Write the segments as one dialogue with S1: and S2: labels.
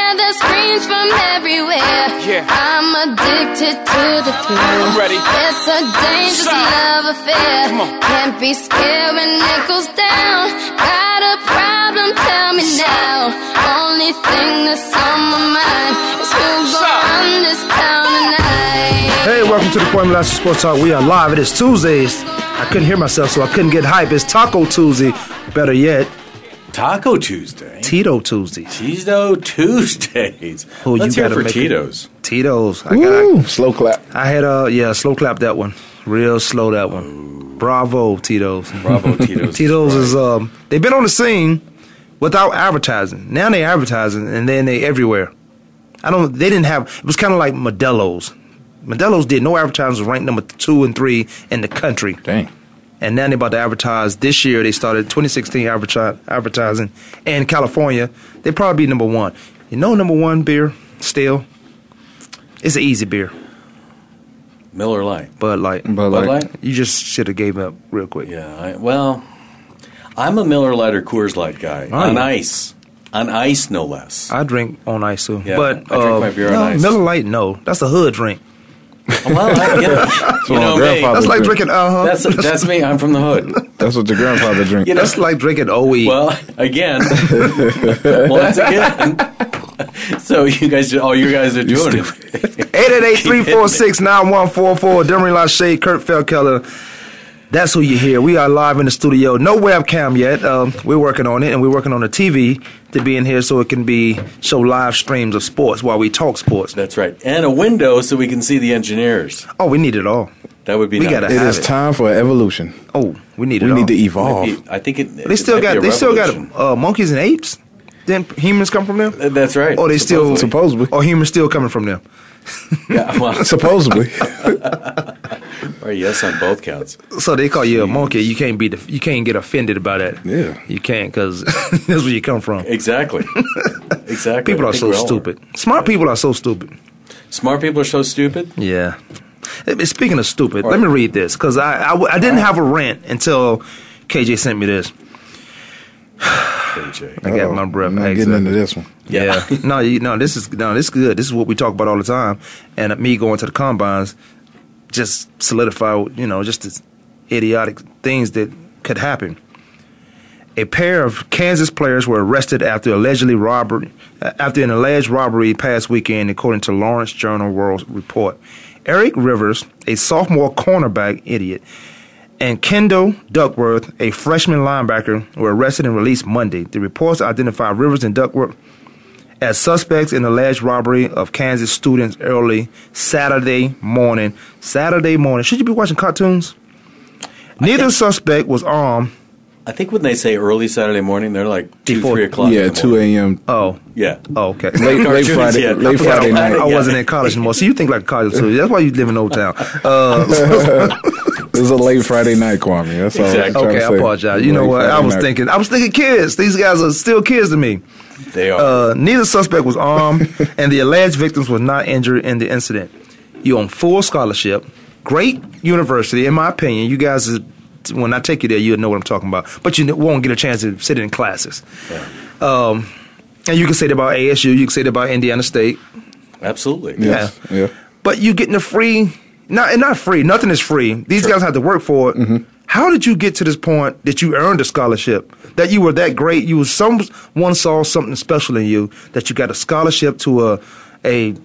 S1: the screams from everywhere.
S2: Yeah.
S1: I'm addicted to the thrill.
S2: I'm ready.
S1: It's a dangerous
S2: Side.
S1: love affair.
S2: Come on.
S1: Can't be scared when it goes down. Got a problem? Tell me now. Only thing that's on my mind is who's gonna
S2: Side.
S1: run this town tonight.
S3: Hey, welcome to the Formula Lasso Sports Talk. We are live. It is Tuesdays. I couldn't hear myself, so I couldn't get hype. It's Taco Tuesday. Better yet,
S4: Taco Tuesday.
S3: Tito Tuesdays.
S4: Tito Tuesdays.
S3: Oh,
S4: Let's
S3: you
S4: hear
S3: gotta
S4: for
S3: make it-
S4: Tito's.
S3: Tito's. I, got,
S5: Slow clap.
S3: I had a yeah, slow clap that one. Real slow that one. Bravo, Tito's.
S4: Bravo, Tito's.
S3: Tito's is um they've been on the scene without advertising. Now they advertising and then they everywhere. I don't they didn't have it was kinda like Modelo's. Modelo's did no advertising ranked number two and three in the country.
S5: Dang.
S3: and now they're about to advertise this year. They started 2016 adverti- advertising in California. They probably be number one. You know, number one beer still. It's an easy beer,
S4: Miller Lite.
S3: Bud Light.
S5: But
S4: Bud
S5: like,
S4: Light?
S3: You just should have gave up real quick.
S4: Yeah. I, well, I'm a Miller Lite or Coors Light guy.
S3: Oh,
S4: on
S3: yeah.
S4: ice. On ice, no less.
S3: I drink on ice too,
S4: Yeah,
S3: but
S4: I drink
S3: uh,
S4: my beer on
S3: no,
S4: ice.
S3: Miller Light, no, that's a hood drink.
S4: well, I, you know, you
S5: what my
S4: know me.
S5: grandfather-
S3: That's like
S5: drink-
S3: drinking uh huh.
S4: That's, that's me. I'm from the hood.
S5: that's what your grandfather drink.
S4: You know,
S3: That's like drinking E. OE.
S4: Well, again, once again. So you guys, all you guys are doing it.
S3: 888-346-9144. Demery Lachey, Kurt Feldkeller. That's who you hear. We are live in the studio. No webcam yet. Um, we're working on it, and we're working on the TV to be in here so it can be show live streams of sports while we talk sports.
S4: That's right, and a window so we can see the engineers.
S3: Oh, we need it all.
S4: That would be.
S3: We
S4: nice.
S3: gotta
S5: It
S3: have
S5: is
S3: it.
S5: time for evolution.
S3: Oh, we need it
S5: We
S3: all.
S5: need to
S4: Might
S5: evolve.
S4: be- I think it.
S3: They still got. They still
S4: them.
S3: got uh, monkeys and apes. Didn't humans come from them?
S4: Uh, That's right.
S3: Or Oh, they still
S4: Supposedly.
S5: Supposedly.
S3: Or humans still coming from them?
S4: Yeah, well,
S5: Supposedly.
S4: or yes on both counts.
S3: So they call you a monkey. You can't be. def- You can't get offended about that.
S5: Yeah.
S3: You can't because that's where you come from.
S4: Exactly. Exactly.
S3: People
S4: I
S3: are
S4: think
S3: so
S4: we all
S3: stupid. Smart people are so stupid.
S4: Smart people are so stupid.
S3: Yeah. Eh, Speaking of stupid, let me read this because I, I w- I didn't have a rant until KJ sent me this.
S4: KJ.
S3: I got my breath.
S5: I'm not
S3: back,
S5: getting
S3: so-
S5: into this one.
S3: Yeah. no, you, no, this is no, this is good. This is what we talk about all the time. And me going to the combines just solidified, you know, just this idiotic things that could happen. A pair of Kansas players were arrested after allegedly robbery, uh, after an alleged robbery past weekend, according to Lawrence Journal World report. Eric Rivers, a sophomore cornerback idiot, and Kendall Duckworth, a freshman linebacker, were arrested and released Monday. The reports identify Rivers and Duckworth as suspects in alleged robbery of Kansas students early Saturday morning. Saturday morning. Should you be watching cartoons? Neither suspect was armed.
S4: I think when they say early Saturday morning, they're like two,
S3: Before-
S4: three o'clock.
S5: yeah,
S4: in the
S5: two
S4: morning.
S5: a.m.
S3: Oh,
S4: Yeah.
S3: oh okay.
S5: Late, late
S4: Cartoons,
S5: Friday.
S4: yeah.
S5: Late
S3: Yeah,
S5: Friday
S3: I, I
S5: night.
S3: wasn't in college anymore. So you think like college too. That's why you live in Old Town. Uh,
S5: It was a late Friday night, Kwame. That's all.
S4: Exactly.
S5: I'm trying
S3: okay,
S5: to
S3: I
S5: say.
S3: apologize. You know
S5: Late
S3: what? I
S5: Friday
S3: was
S5: night.
S3: thinking. I was thinking kids. These guys are still kids to me.
S4: They are.
S3: Uh, neither suspect was armed, and the alleged victims were not injured in the incident. You on full scholarship, great university, in my opinion. You guys, is, when I take you there, you'll know what I'm talking about. But you won't get a chance to sit in classes. Um, and you can say that about ASU. You can say that about Indiana State.
S4: Absolutely.
S5: Yes.
S3: yeah.
S5: Yeah.
S3: But you getting a free, not and not free. Nothing is free. These guys have to work for it.
S5: Mm-hmm.
S3: How did you get to this point that you earned a scholarship? That you were that great? You was someone saw something special in you that you got a scholarship to a a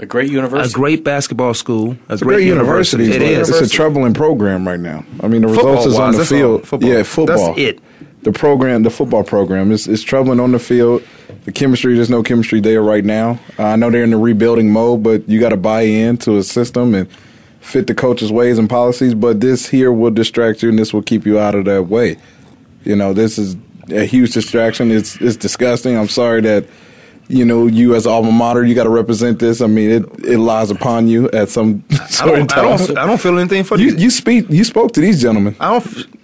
S4: A great
S3: a
S4: university.
S3: great basketball school. A
S5: It's a great university.
S3: It
S5: but
S3: is.
S5: It's a troubling program right now. I mean, the results is
S3: Football-wise,
S5: on the
S3: that's
S5: field.
S3: all. Football.
S5: Yeah, football.
S3: That's it.
S5: The program, the football program, is is troubling on the field. The chemistry, there's no chemistry there right now. Uh, I know they're in the rebuilding mode, but you got to buy in to a system, and fit the coach's ways and policies, but this here will distract you and this will keep you out of that way. You know, this is a huge distraction. It's it's disgusting. I'm sorry that you know you as alma mater you got to represent this. I mean, it it lies upon you at some
S3: I
S5: certain
S3: don't, I,
S5: time.
S3: don't, I don't feel anything for
S5: you
S3: these.
S5: you speak you spoke to these gentlemen.
S3: I don't.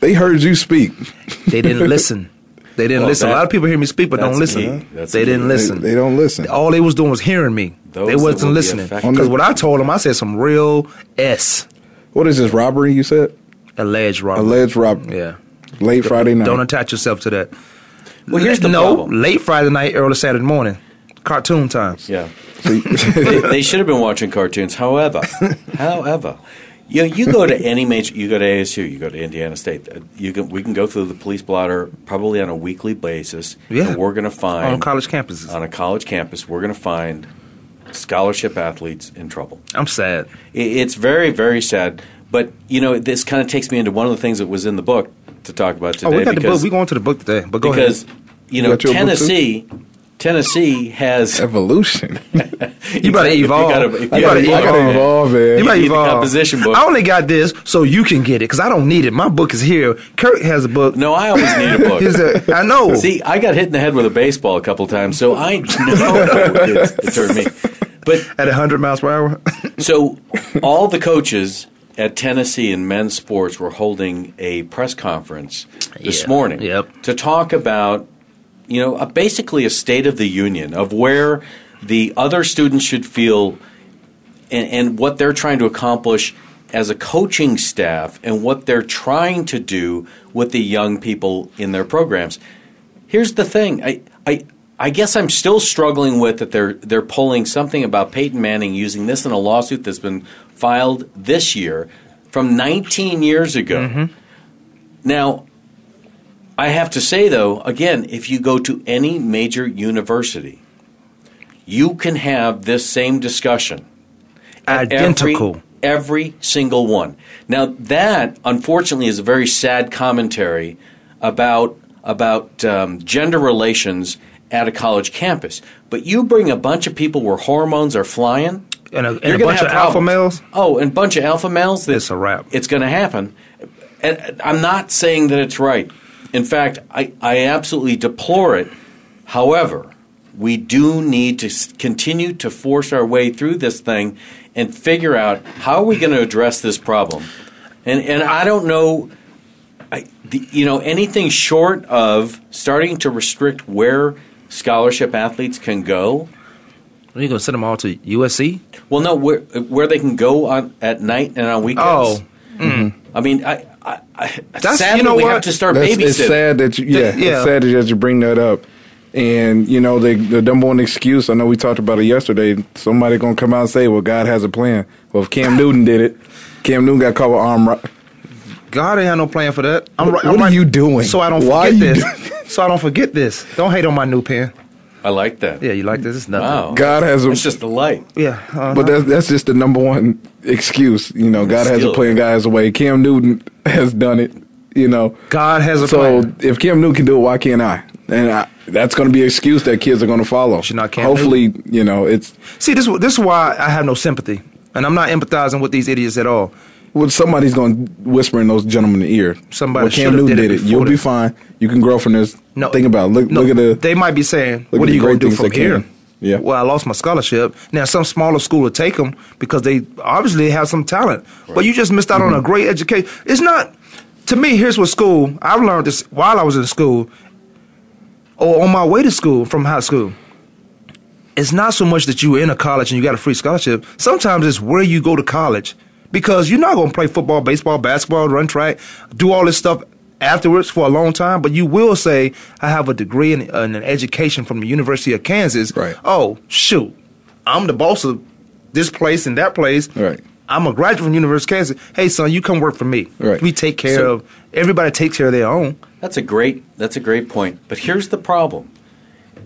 S5: They heard you speak.
S3: They didn't listen. They didn't
S4: Well,
S3: listen. a lot
S4: that-
S3: of people hear me speak, but don't
S4: that's
S3: listen.
S4: key. That's
S3: they
S4: key.
S3: didn't
S4: They-
S5: They,
S3: listen.
S5: they don't listen.
S3: All they was doing was hearing me.
S4: Those
S3: they
S4: that
S3: wasn't
S4: will be
S3: listening
S4: affected.
S3: because what I told them, I said some real s
S5: What is this robbery? You said
S3: alleged robbery.
S5: alleged robbery.
S3: Yeah.
S5: Late Friday night.
S3: Don't attach yourself to that.
S4: Well, here's the
S3: no
S4: problem.
S3: late Friday night, early Saturday morning, cartoon times.
S4: Yeah.
S5: See-
S4: they, they should have been watching cartoons. However, however, you know, you go to any major, you go to ASU, you go to Indiana State. uh, You can we can go through the police blotter probably on a weekly basis.
S3: Yeah.
S4: and we're going to find
S3: On college campuses.
S4: on a college campus, we're going to find scholarship athletes in trouble.
S3: I'm sad.
S4: I- It's very very sad. But you know, this kind of takes me into one of the things that was in the book to talk about today.
S3: Oh, we got the book.
S4: because
S3: We going to the book today. But go
S4: because
S3: ahead.
S4: you
S5: You
S4: know
S5: got your book too?
S4: Tennessee, Tennessee has
S5: Evolution.
S3: You better evolve.
S4: gotta- if
S3: You
S4: you
S3: better
S4: gotta
S5: I gotta
S4: evolve.
S3: evolve.
S5: evolve, man.
S3: You might
S4: need the
S3: evolve.
S4: composition book.
S3: I only got this so you can get it because I don't need it. My book is here. Kurt has a book.
S4: No, I always need a book.
S3: He's a, I know.
S4: See, I got hit in the head with a baseball a couple times, so I know it, it turned me. But
S3: at 100 miles per hour.
S4: so all the coaches at Tennessee in men's sports were holding a press conference this
S3: Yeah,
S4: morning
S3: yep.
S4: to talk about, you know, a, basically a state of the union of where the other students should feel and, and what they're trying to accomplish as a coaching staff and what they're trying to do with the young people in their programs. Here's the thing. I I I guess I'm still struggling with that they're they're pulling something about Peyton Manning using this in a lawsuit that's been filed this year from 19 years ago. Now, I have to say though, again, if you go to any major university, you can have this same discussion at every-
S3: Identical.
S4: Every, single one. Now that unfortunately is a very sad commentary about about um, gender relations at a college campus. But you bring a bunch of people where hormones are flying,
S3: And a- and
S4: you're
S3: a
S4: gonna
S3: bunch
S4: have
S3: of alpha
S4: problems.
S3: males?
S4: Oh, and a bunch of alpha males. That
S3: It's a wrap.
S4: It's going to happen. And uh, I'm not saying that it's right. In fact, I, I absolutely deplore it. However, we do need to s- continue to force our way through this thing and figure out how are we going to address this problem. And and I don't know, I the, you know anything short of starting to restrict where scholarship athletes can go.
S3: Are you going to send them all to USC?
S4: Well, no, where where they can go on at night and on weekends.
S3: Oh.
S4: I mean, I, I, I
S3: That's-
S4: sadly
S3: you know
S4: we
S3: what?
S4: have to start
S5: That's,
S4: babysitting.
S5: it's sad that you, yeah,
S3: yeah.
S5: it's sad that you bring that up. And you know the the number one excuse I know we talked about it yesterday. Somebody gonna come out and say, "Well, God has a plan." Well, if Cam Newton did it, Cam Newton got caught with arm. Ro-
S3: Uh-huh. God, I ain't had no plan for that. I'm
S5: What-
S3: right- I'm
S5: what are
S3: right-
S5: you doing?
S3: So I don't
S5: Why are
S3: forget
S5: you
S3: this. so I don't forget this. Don't hate on my new pen.
S4: I like that.
S3: Yeah, you like this? It's nothing.
S4: Wow.
S5: God has a.
S4: It's just the light.
S3: Yeah. uh,
S5: but that's that's just the number one excuse. You know, God has a
S4: Still.
S5: plan. God has a way. Cam Newton has done it. You know,
S3: God has a
S5: so
S3: plan.
S5: if Cam Newton can do it, why can't I? And I, that's going to be an excuse that kids are going to follow.
S3: Should not Cam
S5: Hopefully, you know it's
S3: See, this this is why I have no sympathy, and I'm not empathizing with these idiots at all.
S5: Well, somebody's going to whisper in those gentlemen's ear.
S3: Somebody
S5: well, Cam
S3: should've
S5: Newton
S3: did it
S5: did it.
S3: before
S5: You'll be
S3: this.
S5: fine. You can grow from this.
S3: No,
S5: think about it. look.
S3: no,
S5: look at the.
S3: They might be saying, "What
S5: look at
S3: are
S5: the
S3: you going
S5: great
S3: to do
S5: things
S3: from
S5: they can."
S3: here?"
S5: Yeah.
S3: Well, I lost my scholarship. Now, some smaller school will take them because they obviously have some talent. But you just missed out
S5: Mm-hmm.
S3: on a great education. It's not. To me, here's what school. I've learned this while I was in school, or on my way to school from high school. It's not so much that you're in a college and you got a free scholarship. Sometimes it's where you go to college because you're not going to play football, baseball, basketball, run track, do all this stuff afterwards for a long time. But you will say, I have a degree in, in an education from the University of Kansas.
S5: Right.
S3: Oh, shoot. I'm the boss of this place and that place.
S5: Right.
S3: I'm a graduate from University of Kansas. Hey, son, you come work for me.
S5: Right.
S3: We take care
S4: So-
S3: of, everybody takes care of their own.
S4: That's a great. That's a great point. But here's the problem,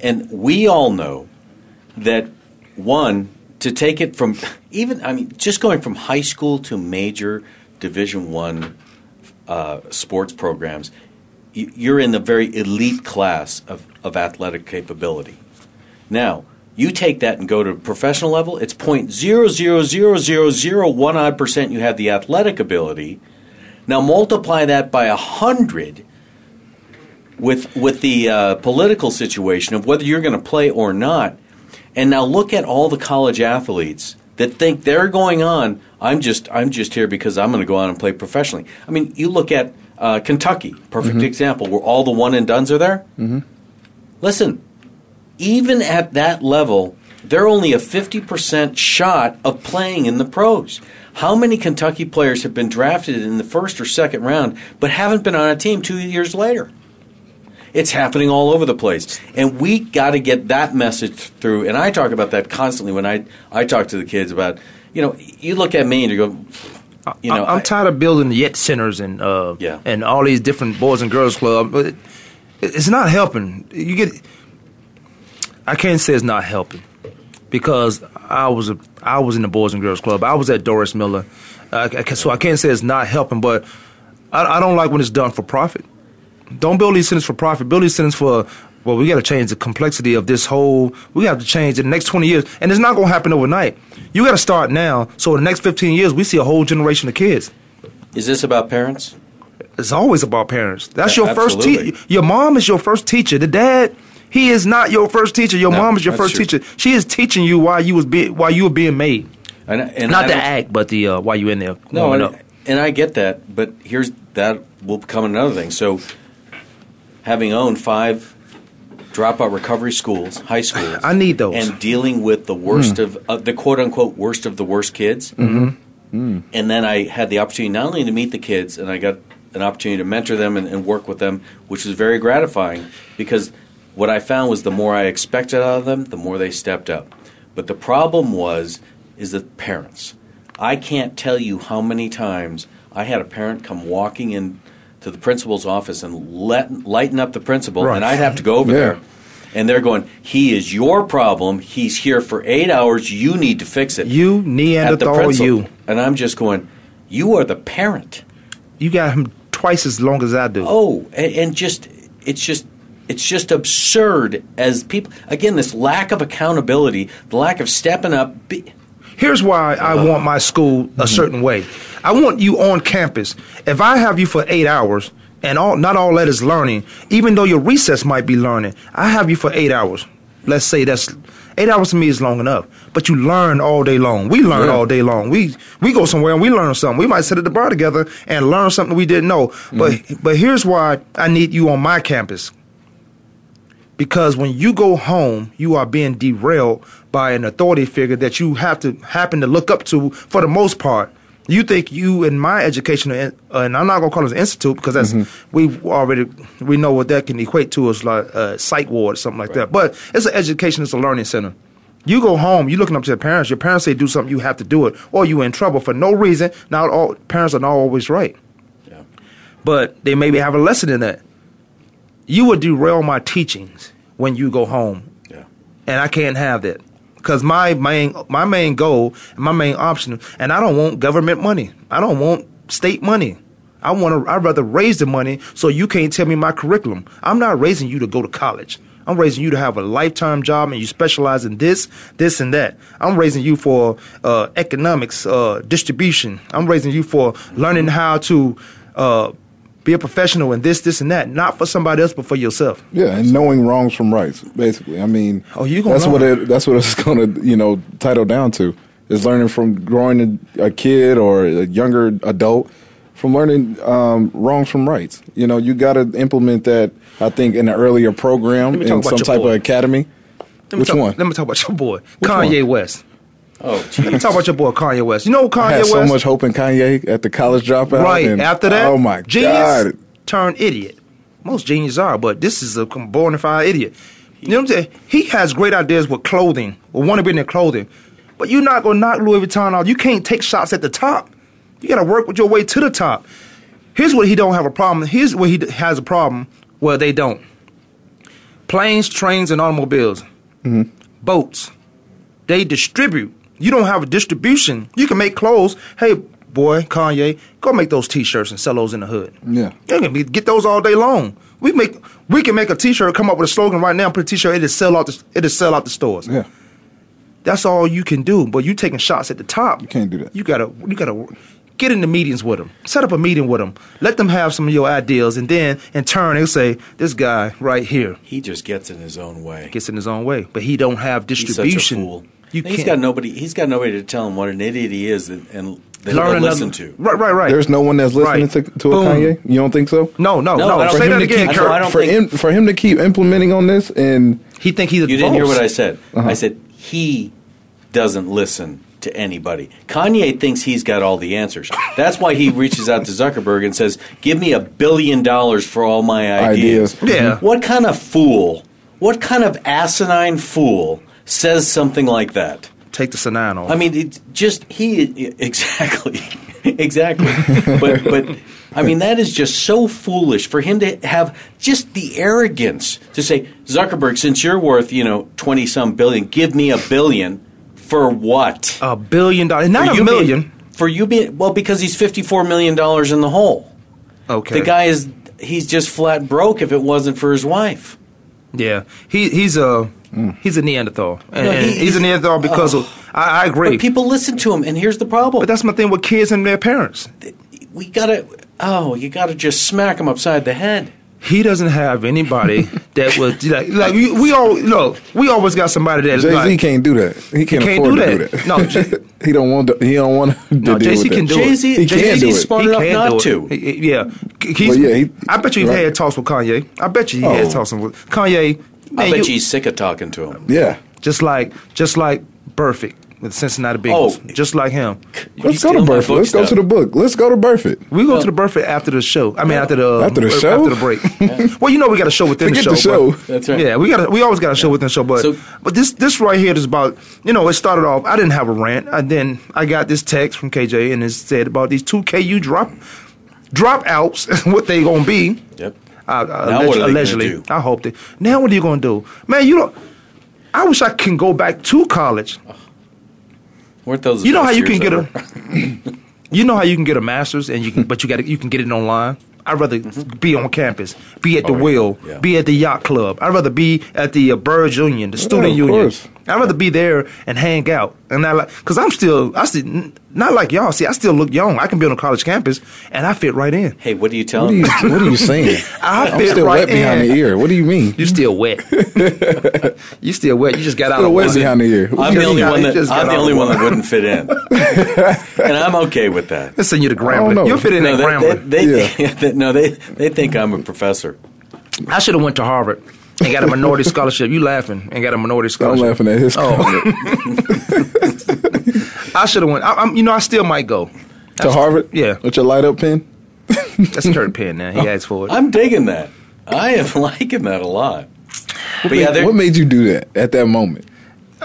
S4: and we all know that one to take it from even. I mean, just going from high school to major Division One uh, sports programs, you, you're in the very elite class of, of athletic capability. Now, You take that and go to professional level, it's point zero zero zero zero zero one odd percent you have the athletic ability. Now multiply that by a hundred with with the uh, political situation of whether you're going to play or not. And now look at all the college athletes that think they're going on. I'm just I'm just here because I'm going to go on and play professionally. I mean, you look at uh, Kentucky, perfect example, where all the one and duns are there. Mm-hmm. Listen, even at that level, they're only a 50% shot of playing in the pros. How many Kentucky players have been drafted in the first or second round but haven't been on a team two years later? It's happening all over the place. And we got to get that message through. And I talk about that constantly when I, I talk to the kids about, you know, you look at me and you go, you know,
S3: I, am
S4: I-
S3: tired of building yet centers and uh,
S4: Yeah.
S3: and all these different boys and girls club. But it, it's not helping. You get. I can't say it's not helping because I was a I was in the boys and girls club. I was at Doris Miller, uh, I ca- so I can't say it's not helping. But I, I don't like when it's done for profit. Don't build these centers for profit. Build these centers for well, we got to change the complexity of this whole. We have to change in the next twenty years, and it's not going to happen overnight. You got to start now, so in the next fifteen years, we see a whole generation of kids.
S4: is this about parents?
S3: It's always about parents. That's
S4: Yeah,
S3: your first teacher.
S4: absolutely.
S3: Your mom is your first teacher. The dad, he is not your first teacher. Your
S4: No,
S3: mom is your
S4: that's
S3: first
S4: true.
S3: teacher. She is teaching you why you was be, why you were being made.
S4: And, and
S3: Not
S4: I
S3: the
S4: don't-
S3: act, but the uh, why you in there.
S4: No,
S3: warming
S4: and,
S3: up.
S4: and I get that, but here's that will become another thing. So, having owned five dropout recovery schools, high schools,
S3: I need those. Hmm.
S4: and dealing with the worst of uh, the quote unquote worst of the worst kids.
S6: Mm-hmm.
S4: And then I had the opportunity not only to meet the kids, and I got an opportunity to mentor them and, and work with them, which was very gratifying because what I found was the more I expected out of them, the more they stepped up. But the problem was is the parents. I can't tell you how many times I had a parent come walking in to the principal's office and let, lighten up the principal,
S3: Right.
S4: and I'd have to go over
S5: Yeah.
S4: there and they're going, he is your problem. He's here for eight hours. You need to fix it.
S3: You Neanderthal,
S4: principal.
S3: you.
S4: And I'm just going, you are the parent.
S3: You got him twice as long as I do.
S4: Oh, and, and just it's just it's just absurd as people again this lack of accountability, the lack of stepping up. Be, Uh-huh. Mm-hmm.
S3: Here's why I want my school a certain way. I want you on campus. If I have you for eight hours and all not all that is learning, even though your recess might be learning, I have you for eight hours. Let's say that's eight hours to me is long enough. But you learn all day long. We learn
S5: Yeah.
S3: all day long. We we go somewhere and we learn something. We might sit at the bar together and learn something we didn't know.
S4: Mm-hmm.
S3: But but here's why I need you on my campus because when you go home, you are being derailed by an authority figure that you have to happen to look up to for the most part. You think you in my educational, in- uh, and I'm not gonna call it an institute because that's we've already we know what that can equate to is like a psych ward or something like that. But it's an education, it's a learning center. You go home, you're looking up to your parents. Your parents say do something, you have to do it, or you in trouble for no reason. Not all parents are not always right but they maybe have a lesson in that. You would derail my teachings when you go home,
S4: yeah.
S3: and I can't have that because my main my main goal, my main option, and I don't want government money. I don't want state money. I want to. I'd rather raise the money so you can't tell me my curriculum. I'm not raising you to go to college. I'm raising you to have a lifetime job and you specialize in this, this, and that. I'm raising you for uh, economics, uh, distribution. I'm raising you for learning how to uh, be a professional in this, this, and that. Not for somebody else, but for yourself.
S5: Yeah, and knowing wrongs from rights, basically. I mean,
S3: Oh, you gonna
S5: that's what
S3: learn.
S5: it that's what it's going to you know title down to is learning from growing a, a kid or a younger adult from learning um, wrongs from rights. You know, you got to implement that. I think in an earlier program
S3: Let me
S5: in
S3: talk
S5: some
S3: about your
S5: type
S3: boy.
S5: of academy.
S3: Let me
S5: Which
S3: talk-
S5: one?
S3: Let me talk about your boy,
S5: Which
S3: Kanye
S5: one?
S3: West.
S4: Oh,
S3: Let me
S4: geez.
S3: talk about your boy Kanye West. You know
S5: I
S3: Kanye
S5: had
S3: West?
S5: so much hope in Kanye at the college dropout.
S3: right
S5: and-
S3: after that.
S5: oh my
S3: genius
S5: god!
S3: turned idiot. Most geniuses are, but this is a bona fide idiot. You know what I'm saying? He has great ideas with clothing or want to be in their clothing, but you're not gonna knock Louis Vuitton out. You can't take shots at the top. You gotta work with your way to the top. Here's what he don't have a problem. Here's where he d- has a problem. Well, they don't. Planes, trains, and automobiles,
S5: Mm-hmm.
S3: boats. They distribute. You don't have a distribution. You can make clothes. Hey, boy, Kanye, go make those T-shirts and sell those in the hood.
S5: Yeah.
S3: You can be, get those all day long. We make we can make a T-shirt, come up with a slogan right now, put a T-shirt. It'll sell out. The, it'll sell out the stores.
S5: Yeah.
S3: That's all you can do. But you taking shots at the top. You
S5: can't do that.
S3: You gotta you gotta get into meetings with them. Set up a meeting with them. Let them have some of your ideas, and then in turn they'll say, "This guy right here
S4: He just gets in his own way.
S3: gets in his own way, but he don't have
S4: He's such
S3: distribution."
S4: a fool.
S3: You
S4: he's
S3: can't
S4: got nobody. He's got nobody to tell him what an idiot he is and, and that
S3: learn
S4: he'll
S3: another-
S4: listen to.
S3: Right, right, right.
S5: There's no one that's listening
S3: Right.
S5: to, to a
S3: Boom.
S5: Kanye. You don't think so?
S3: No, no,
S4: No,
S3: no.
S4: I don't-
S3: Say
S4: for him
S3: that
S4: to
S3: again,
S4: keep-
S3: Kurt.
S4: I don't
S5: for
S4: think-
S5: him for him to keep implementing on this and
S3: He think he's a
S4: You didn't hear
S3: boss. Uh-huh.
S4: what I said. I said he doesn't listen to anybody. Kanye thinks he's got all the answers. That's why he reaches out to Zuckerberg and says, "Give me a billion dollars for all my ideas."
S5: Ideas.
S3: Yeah.
S4: What kind of fool? What kind of asinine fool says something like that?
S3: Take the Sinine off.
S4: I mean, it's just he exactly, exactly. but but I mean, that is just so foolish for him to have just the arrogance to say, Zuckerberg, since you're worth you know twenty some billion, give me a billion for what?
S3: a billion dollars,
S4: For
S3: not
S4: you
S3: a
S4: being-
S3: million.
S4: for you being well because he's fifty four million dollars in the hole.
S3: okay,
S4: The guy is he's just flat broke if it wasn't for his wife.
S3: Yeah, he he's a
S5: Mm.
S3: he's a Neanderthal, and,
S4: No, he-
S3: and he's, a
S4: he's- Oh.
S3: Neanderthal because of I, I agree.
S4: But people listen to him, and here's the problem.
S3: But that's my thing with kids and their parents.
S4: we gotta oh, you gotta just smack him upside the head.
S3: He doesn't have anybody that would like like we, we all look. We always got somebody that
S5: Jay Z
S3: like,
S5: can't do that. He can't,
S3: can't
S5: afford
S3: do
S5: to
S3: that.
S5: do that.
S3: No, J-
S5: he don't want. To, he don't want to
S3: No,
S5: deal
S3: Jay-Z
S5: with
S3: can
S5: that.
S3: do it.
S4: Jay Z,
S5: He
S4: Jay
S5: can do it.
S4: Z's smart
S3: He
S4: enough
S3: can
S4: not
S3: do
S4: to.
S3: it. He- he- Yeah, he's,
S5: Well, yeah, he-
S3: I bet you he
S5: right.
S3: had talks with Kanye. I bet you he had
S5: Oh.
S3: talks with Kanye.
S4: I
S3: man,
S4: bet
S3: you-
S4: you he's sick of talking to him.
S5: Yeah,
S3: just like just like Burfict with Cincinnati Bengals,
S4: Oh.
S3: just like him.
S4: You
S5: let's go to
S4: steal my
S5: Burford.
S4: book
S5: Let's go
S4: stuff.
S5: to the book. Let's go to Burford.
S3: We go to the Burfict after the show. I mean, after the
S5: After the
S3: uh,
S5: show?
S3: after the break. Well, you know, we got a show within
S5: Forget
S3: the
S5: the
S3: show.
S5: show.
S3: but-
S4: That's right.
S3: Yeah, we got. We always got a show within the show, but
S4: So-
S3: but this this right here is about you know it started off. I didn't have a rant. I then I got this text from KJ and it said about these two KU drop dropouts and what they gonna be.
S4: Yep.
S3: Uh,
S4: Now
S3: uh, alleg-
S4: what are they gonna
S3: allegedly,
S4: do?
S3: I hope they. Now what are you gonna do, man? You don't. I wish I can go back to college.
S4: Weren't those? the
S3: You know
S4: best
S3: how you can
S4: years
S3: get
S4: ever?
S3: a You know how you can get a master's and you can but you got you can get it online. I'd rather
S5: Mm-hmm.
S3: be on campus, be at the
S4: Oh, yeah.
S3: Will,
S4: Yeah.
S3: be at the yacht club. I'd rather be at the uh, Birds Union, the student
S5: of
S3: union.
S5: course.
S3: I'd rather be there and hang out. And I like cuz I'm still I still n- not like y'all. See, I still look young. I can be on a college campus and I fit right in.
S4: Hey, what do you tell
S5: What are you,
S4: him?
S5: what are you saying?
S3: I
S5: I'm
S3: fit
S5: still
S3: right
S5: wet behind
S3: in.
S5: the ear. What do you mean?
S3: You still wet. you still wet. You just got out
S5: Still
S3: of
S5: wet
S3: water.
S5: behind the ear.
S4: I'm the
S3: just
S4: only
S3: got-
S4: one
S3: he
S4: that
S3: just got
S4: I'm the
S3: out
S4: only
S3: of
S4: one that wouldn't fit in, and I'm okay with that.
S3: Let's send you to
S5: don't know.
S3: Grambling. You'll fit in
S4: No,
S3: at
S4: they,
S3: Grambling.
S4: they, they,
S5: Yeah.
S4: they- no, they they think I'm a professor.
S3: I should have went to Harvard and got a minority scholarship. You laughing and got a minority
S5: I'm
S3: scholarship.
S5: laughing at his
S3: Oh.
S5: comment.
S3: I should have went. I, I'm, you know, I still might go.
S5: to Harvard.
S3: yeah.
S5: with your light up pen.
S3: That's Kurt Penn now. He asked for it.
S4: I'm digging that. I am liking that a lot. But yeah, they're-
S5: what made you do that at that moment?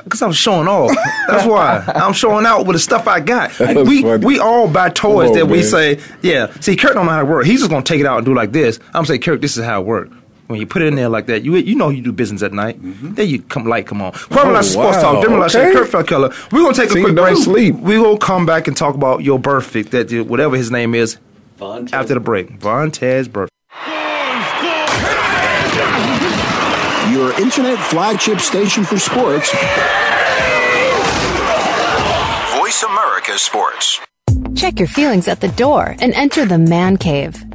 S3: Because I'm showing off. That's why. I'm showing out with the stuff I got.
S5: That's
S3: we
S5: funny.
S3: we all buy toys
S5: Come on,
S3: that we
S5: man.
S3: say, yeah. See, Kurt don't know how to work. He's just going to take it out and do like this. I'm saying, Kurt, this is how it works. When you put it in there like that, you you know you do business at night.
S4: Mm-hmm.
S3: Then you come light, come on. Kwame
S5: Oh,
S3: Lashley Sports
S5: wow,
S3: Talk, Jimmy Lashley,
S5: okay.
S3: Kurt Felkeller. We're going to take
S5: See,
S3: a quick
S5: don't
S3: break.
S5: sleep.
S3: We're going to come back and talk about your perfect, that whatever his name is,
S4: Vontaze-
S3: after the break. Vontez Burfict.
S2: Your internet flagship station for sports.
S7: Voice America Sports.
S6: Check your feelings at the door and enter the man cave.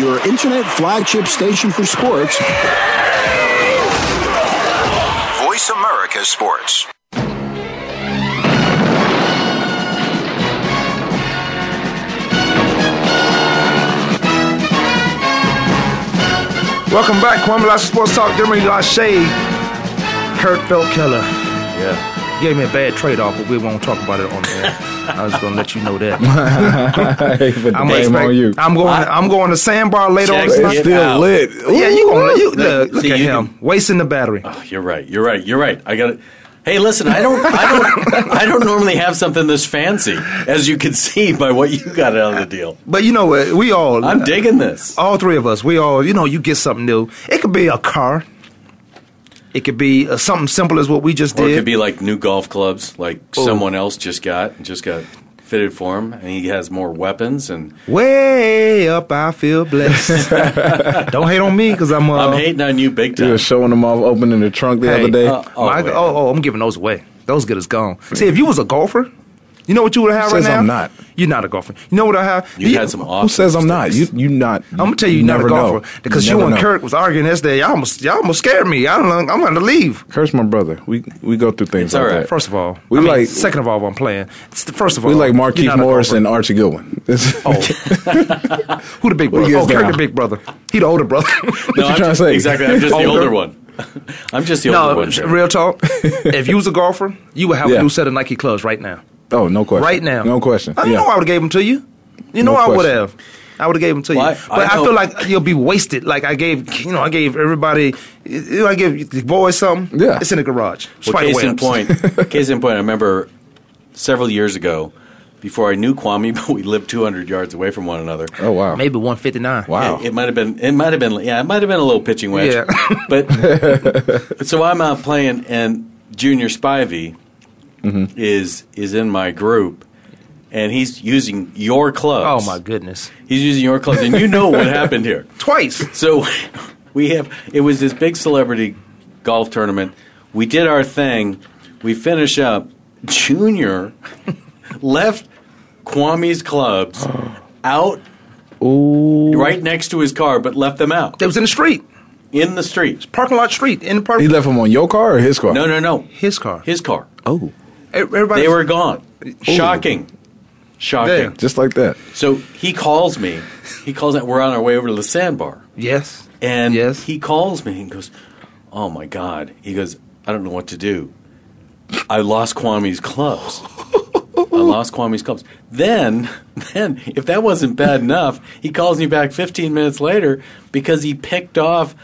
S2: Your internet flagship station for sports.
S7: VoiceAmerica.com. Voice America Sports.
S3: Welcome back, Kwame Lashley Sports Talk. Demery Lachey, Kurt Felt Keller. Yeah. Gave me a bad trade off, but we won't talk about it on the air. I was going to let you know that.
S5: Hey, but
S3: I'm,
S5: blame
S3: expect-
S5: on you.
S3: I'm going. I'm going to sandbar later
S4: Check
S3: on.
S4: it
S3: tonight.
S5: it's still
S4: out.
S5: lit.
S3: Oh, Yeah, you gonna you, look, look
S4: See,
S3: at
S4: you
S3: him wasting the battery.
S4: Oh, you're right. You're right. You're right. I got it. Hey, listen, I don't, I don't, I don't normally have something this fancy, as you can see by what you got out of the deal.
S3: But you know what? We all
S4: I'm digging this.
S3: all three of us. We all you know you get something new. It could be a car. It could be uh, something simple as what we just
S4: Or it
S3: did.
S4: could be like new golf clubs, like someone else just got, just got fitted for him, and he has more weapons. And
S3: Way up, I feel blessed. Don't hate on me because I'm. Uh,
S4: I'm hating on you big
S5: You
S4: time.
S5: were showing them off opening the trunk the
S3: hey,
S5: other day.
S3: uh,
S4: oh,
S3: my-
S4: wait.
S3: oh, oh, I'm giving those away. Those good as gone. See, if you was a golfer, you know what you would have right
S5: Says
S3: now.
S5: I'm not.
S3: You're not a golfer. You know what I have?
S4: You had some awesome.
S5: Who says I'm not? You
S4: mistakes.
S5: you not?
S3: I'm gonna tell you, you're not a
S5: never
S3: golfer
S5: know.
S3: because
S5: never
S3: you and
S5: know.
S3: Kirk was arguing yesterday. Y'all almost, y'all almost scared me. I don't, I'm gonna leave.
S5: Kirk's my brother. We we go through things
S4: It's
S5: like
S4: all right.
S5: that.
S3: First of all,
S5: We
S3: I mean,
S5: like-
S3: Second of all, I'm playing. It's the- First of all,
S5: we like
S3: you're
S5: Marquise
S3: not a
S5: Morris
S3: golfer.
S5: and Archie Goodwin.
S3: Oh. Who the big brother?
S5: gets
S3: Oh, Kirk
S5: down?
S3: the big brother. He the older brother.
S4: No,
S5: you
S4: I'm
S5: trying
S4: just,
S5: to say?
S4: Exactly. I'm just the
S3: Older?
S4: older one. I'm just the older
S3: no,
S4: one. Jerry.
S3: real talk. if you was a golfer, you would have
S5: Yeah.
S3: a new set of Nike clubs right now.
S5: oh, no question.
S3: Right now,
S5: no question.
S3: I
S5: yeah.
S3: know I would have gave them to you. You know
S5: No
S3: I would
S5: question.
S3: have. I would have gave them to you.
S4: Well, I-
S3: but
S4: I
S3: I,
S4: know-
S3: feel like you'll be wasted. Like I gave, you know, I gave everybody. You know, I gave the boys something.
S5: Yeah.
S3: it's in the garage.
S4: Well,
S3: Spider
S4: case in
S3: webs.
S4: point, case in point, I remember several years ago, before I knew Kwame, but we lived 200 yards away from one another.
S5: Oh wow.
S3: maybe 159.
S5: Wow.
S4: It, it might have been. It might have been. Yeah, it might have been a little pitching wedge.
S3: Yeah.
S4: but so I'm out playing, and Junior Spivey
S3: Mm-hmm.
S4: is is in my group, and he's using your
S3: Oh
S4: clubs.
S3: my goodness!
S4: He's using your clubs, and you know what happened here.
S3: Twice.
S4: So we have it was this big celebrity golf tournament. We did our thing. We finish up. Junior left Kwame's clubs out right next to his car, but left them out
S3: They was in the street,
S4: in the street.
S3: parking lot street, in the park.
S5: He left him on your car or his car?
S4: No, no, no.
S3: his car. E-,
S4: His car.
S5: Oh,
S3: Everybody.
S4: They were gone. Shocking. Shocking.
S3: Damn.
S5: just like that.
S4: So he calls me. He calls that we're on our way over to the sandbar.
S3: yes.
S4: And
S3: yes.
S4: he calls me and goes, Oh my God. He goes, I don't know what to do. I lost Kwame's clubs. I lost Kwame's clubs. Then, then, if that wasn't bad enough, he calls me back 15 minutes later because he picked off,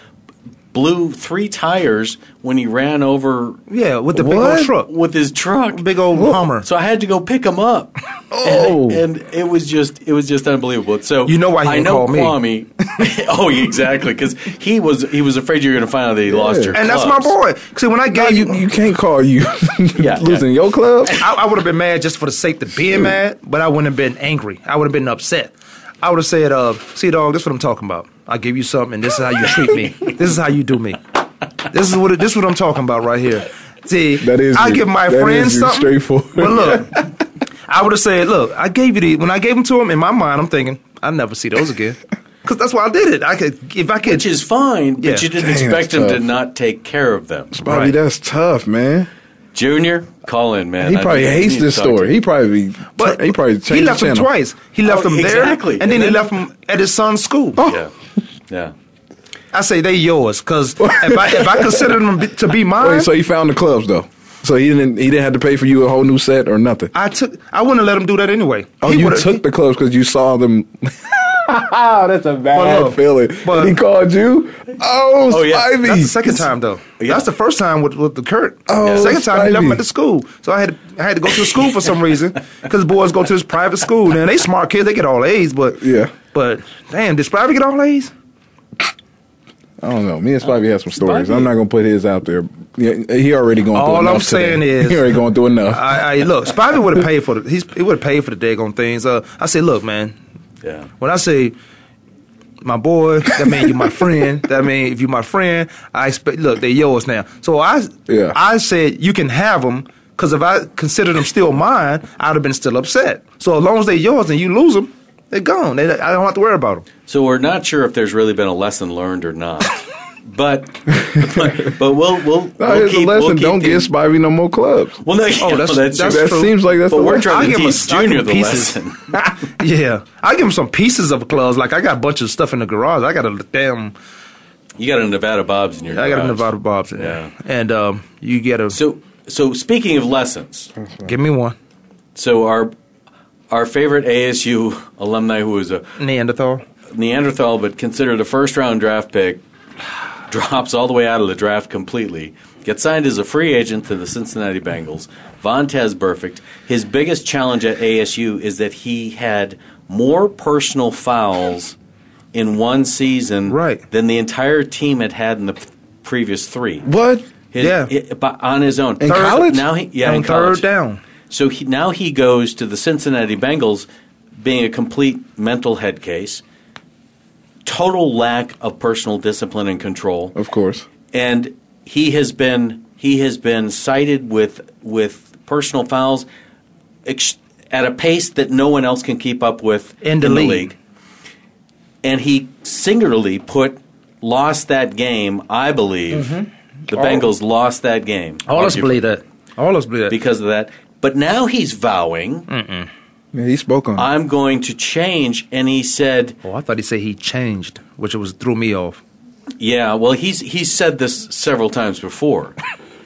S4: blew three tires when he ran over
S3: yeah, with the
S5: What?
S3: big old truck,
S4: with his truck.
S3: big old Hummer.
S4: So I had to go pick him up. Oh, and, and it was just it was just unbelievable. So
S3: You know why he
S4: I
S3: didn't
S4: know
S3: call me.
S4: Kwame. oh, yeah, exactly, because he was he was afraid you were going to find out that he lost your.
S3: and that's my
S4: clubs.
S3: boy. See, when I
S5: No,
S3: gave
S5: you you can't call you
S4: Yeah,
S5: losing your club. Mm.
S3: I, I would have been mad just for the sake of being mad, but I wouldn't have been angry. I would have been upset. I would have said, uh, "See, dog, this is what I'm talking about. I give you something, and this is how you treat me. This is how you do me. This is what it- this is what I'm talking about right here. See,
S5: That is
S3: I
S5: you.
S3: give my
S5: That
S3: friends
S5: is you,
S3: something.
S5: straightforward.
S3: But look, I would have said, "Look, I gave you the when I gave them to him. In my mind, I'm thinking, I'll never see those again, because that's why I did it. I could if I could
S4: Which is fine, but
S3: Yeah.
S4: you didn't
S5: Dang,
S4: expect
S5: that's
S4: him to
S5: tough.
S4: not take care of them.
S5: Bobby,
S3: Right.
S5: that's tough, man.
S4: Junior, call in, man.
S5: He
S4: I
S5: probably
S4: need- I
S5: hates
S4: need to
S5: this
S4: talk to
S5: story.
S4: you.
S5: He probably
S3: But
S5: he probably changed
S3: he left
S5: the
S3: him
S5: channel.
S3: twice. He left
S4: Oh,
S3: him there,
S4: exactly.
S3: and then
S4: And
S3: he
S4: then-
S3: left him at his son's school.
S4: Yeah, yeah.
S3: I say they yours because if I if I consider them be- to be mine,
S5: Wait, so he found the clubs though. So he didn't he didn't have to pay for you a whole new set or nothing.
S3: I took I wouldn't have let him do that anyway.
S5: Oh,
S3: He
S5: you
S3: would've-
S5: took the clubs because you saw them.
S4: Oh,
S5: that's a bad
S3: But look,
S5: feeling.
S3: but-
S5: And he called you. Oh,
S4: Oh, yeah.
S5: Spivey.
S3: That's the second time though.
S4: Yeah.
S3: That's the first time with with the Kurt.
S5: Oh,
S3: second time he left him
S5: Spivey.
S3: at the school, so I had I had to go to the school for some reason because boys go to this private school. Now they smart kids, they get all A's, but
S5: Yeah.
S3: but damn, did Spivey get all A's?
S5: I don't know. Me and Spivey have some stories.
S4: Spivey-
S5: I'm not gonna put his out there. Yeah, he already going through
S3: All
S5: enough.
S3: I'm saying
S5: today.
S3: is-
S5: he already going through enough.
S3: I, I look, Spivey would have paid for the he's he would have paid for the day on things. Uh, I say, look, man,
S4: Yeah.
S3: When I say my boy, that mean you my friend. That mean if you my friend, I expect. Look, they yours now. So I,
S5: Yeah.
S3: I said you can have them because if I considered them still mine, I'd have been still upset. So as long as they yours and you lose them, they're gone. They, I don't have to worry about them.
S4: So we're not sure if there's really been a lesson learned or not But but, but we'll we'll,
S5: Now,
S4: we'll
S5: here's
S4: keep-
S5: a
S4: we'll
S5: lesson:
S4: keep
S5: don't
S4: the-
S5: give Spivey no more clubs.
S4: Well, no, yeah,
S3: Oh, that's-
S4: well, Oh, that's,
S3: that's
S4: true.
S5: that seems like that's
S4: but
S5: the
S4: we're
S5: worst.
S4: trying to
S3: I'll give
S4: teach
S3: him a- I'll give
S4: Junior
S3: him
S4: the
S3: pieces.
S4: lesson.
S3: Yeah, I give him some pieces of clubs. Like I got a bunch of stuff in the garage. I got a damn.
S4: You got a Nevada Bob's in your.
S3: I got a
S4: garage.
S3: Nevada Bob's in there,
S4: Yeah.
S3: and um, you get a.
S4: So so speaking of lessons,
S3: give me one
S4: so our our favorite ASU alumni who was a
S3: Neanderthal.
S4: Neanderthal but considered a first round draft pick drops all the way out of the draft completely. Gets signed as a free agent to the Cincinnati Bengals. Vontez Perfect. His biggest challenge at ASU is that he had more personal fouls in one season
S3: Right.
S4: than the entire team had had in the p- previous three.
S5: What?
S4: His,
S3: Yeah.
S4: it- but on his own.
S5: In college?
S4: Now he, yeah,
S3: on
S4: in college.
S3: third down.
S4: So he, now he goes to the Cincinnati Bengals being a complete mental head case, total lack of personal discipline and control.
S5: Of course.
S4: And he has been he has been cited with with personal fouls ex- at a pace that no one else can keep up with
S3: In the league.
S4: And he singularly put lost that game, I
S3: Mm-hmm.
S4: believe.
S8: Mm-hmm.
S4: The Bengals lost that game.
S3: All us
S4: arguably,
S3: believe that. All us believe that.
S4: because of that. But now he's vowing
S5: Yeah, he spoke on. it.
S4: I'm going to change. And he said,
S3: oh, I thought he said he changed, which was threw me off.
S4: Yeah, well, he's he's said this several times before.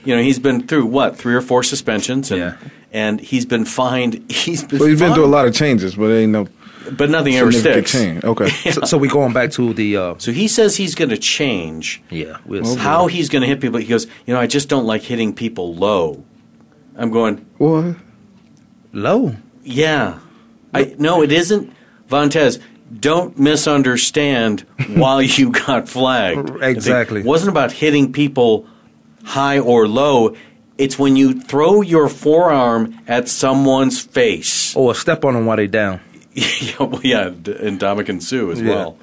S4: You know, he's been through what three or four suspensions, and
S3: Yeah.
S4: and he's been fined. He's been,
S5: Well, he's been
S4: fined,
S5: through a lot of changes, but it ain't no
S4: but nothing ever
S5: significant
S4: sticks.
S5: change. Okay.
S4: uh,
S3: So, so we going back to the uh,
S4: So he says he's going to change
S3: yeah. We'll see.
S4: how he's going to hit people. He goes, you know, I just don't like hitting people low. I'm going,
S5: what?
S3: low?
S4: yeah, I no, it isn't, Vontez. Don't misunderstand why you got flagged.
S3: Exactly.
S4: It wasn't about hitting people high or low. It's when you throw your forearm at someone's face.
S3: Or Oh, step on them while they down.
S4: yeah, well, yeah, d- and Dominican Sue as
S3: Yeah.
S4: well.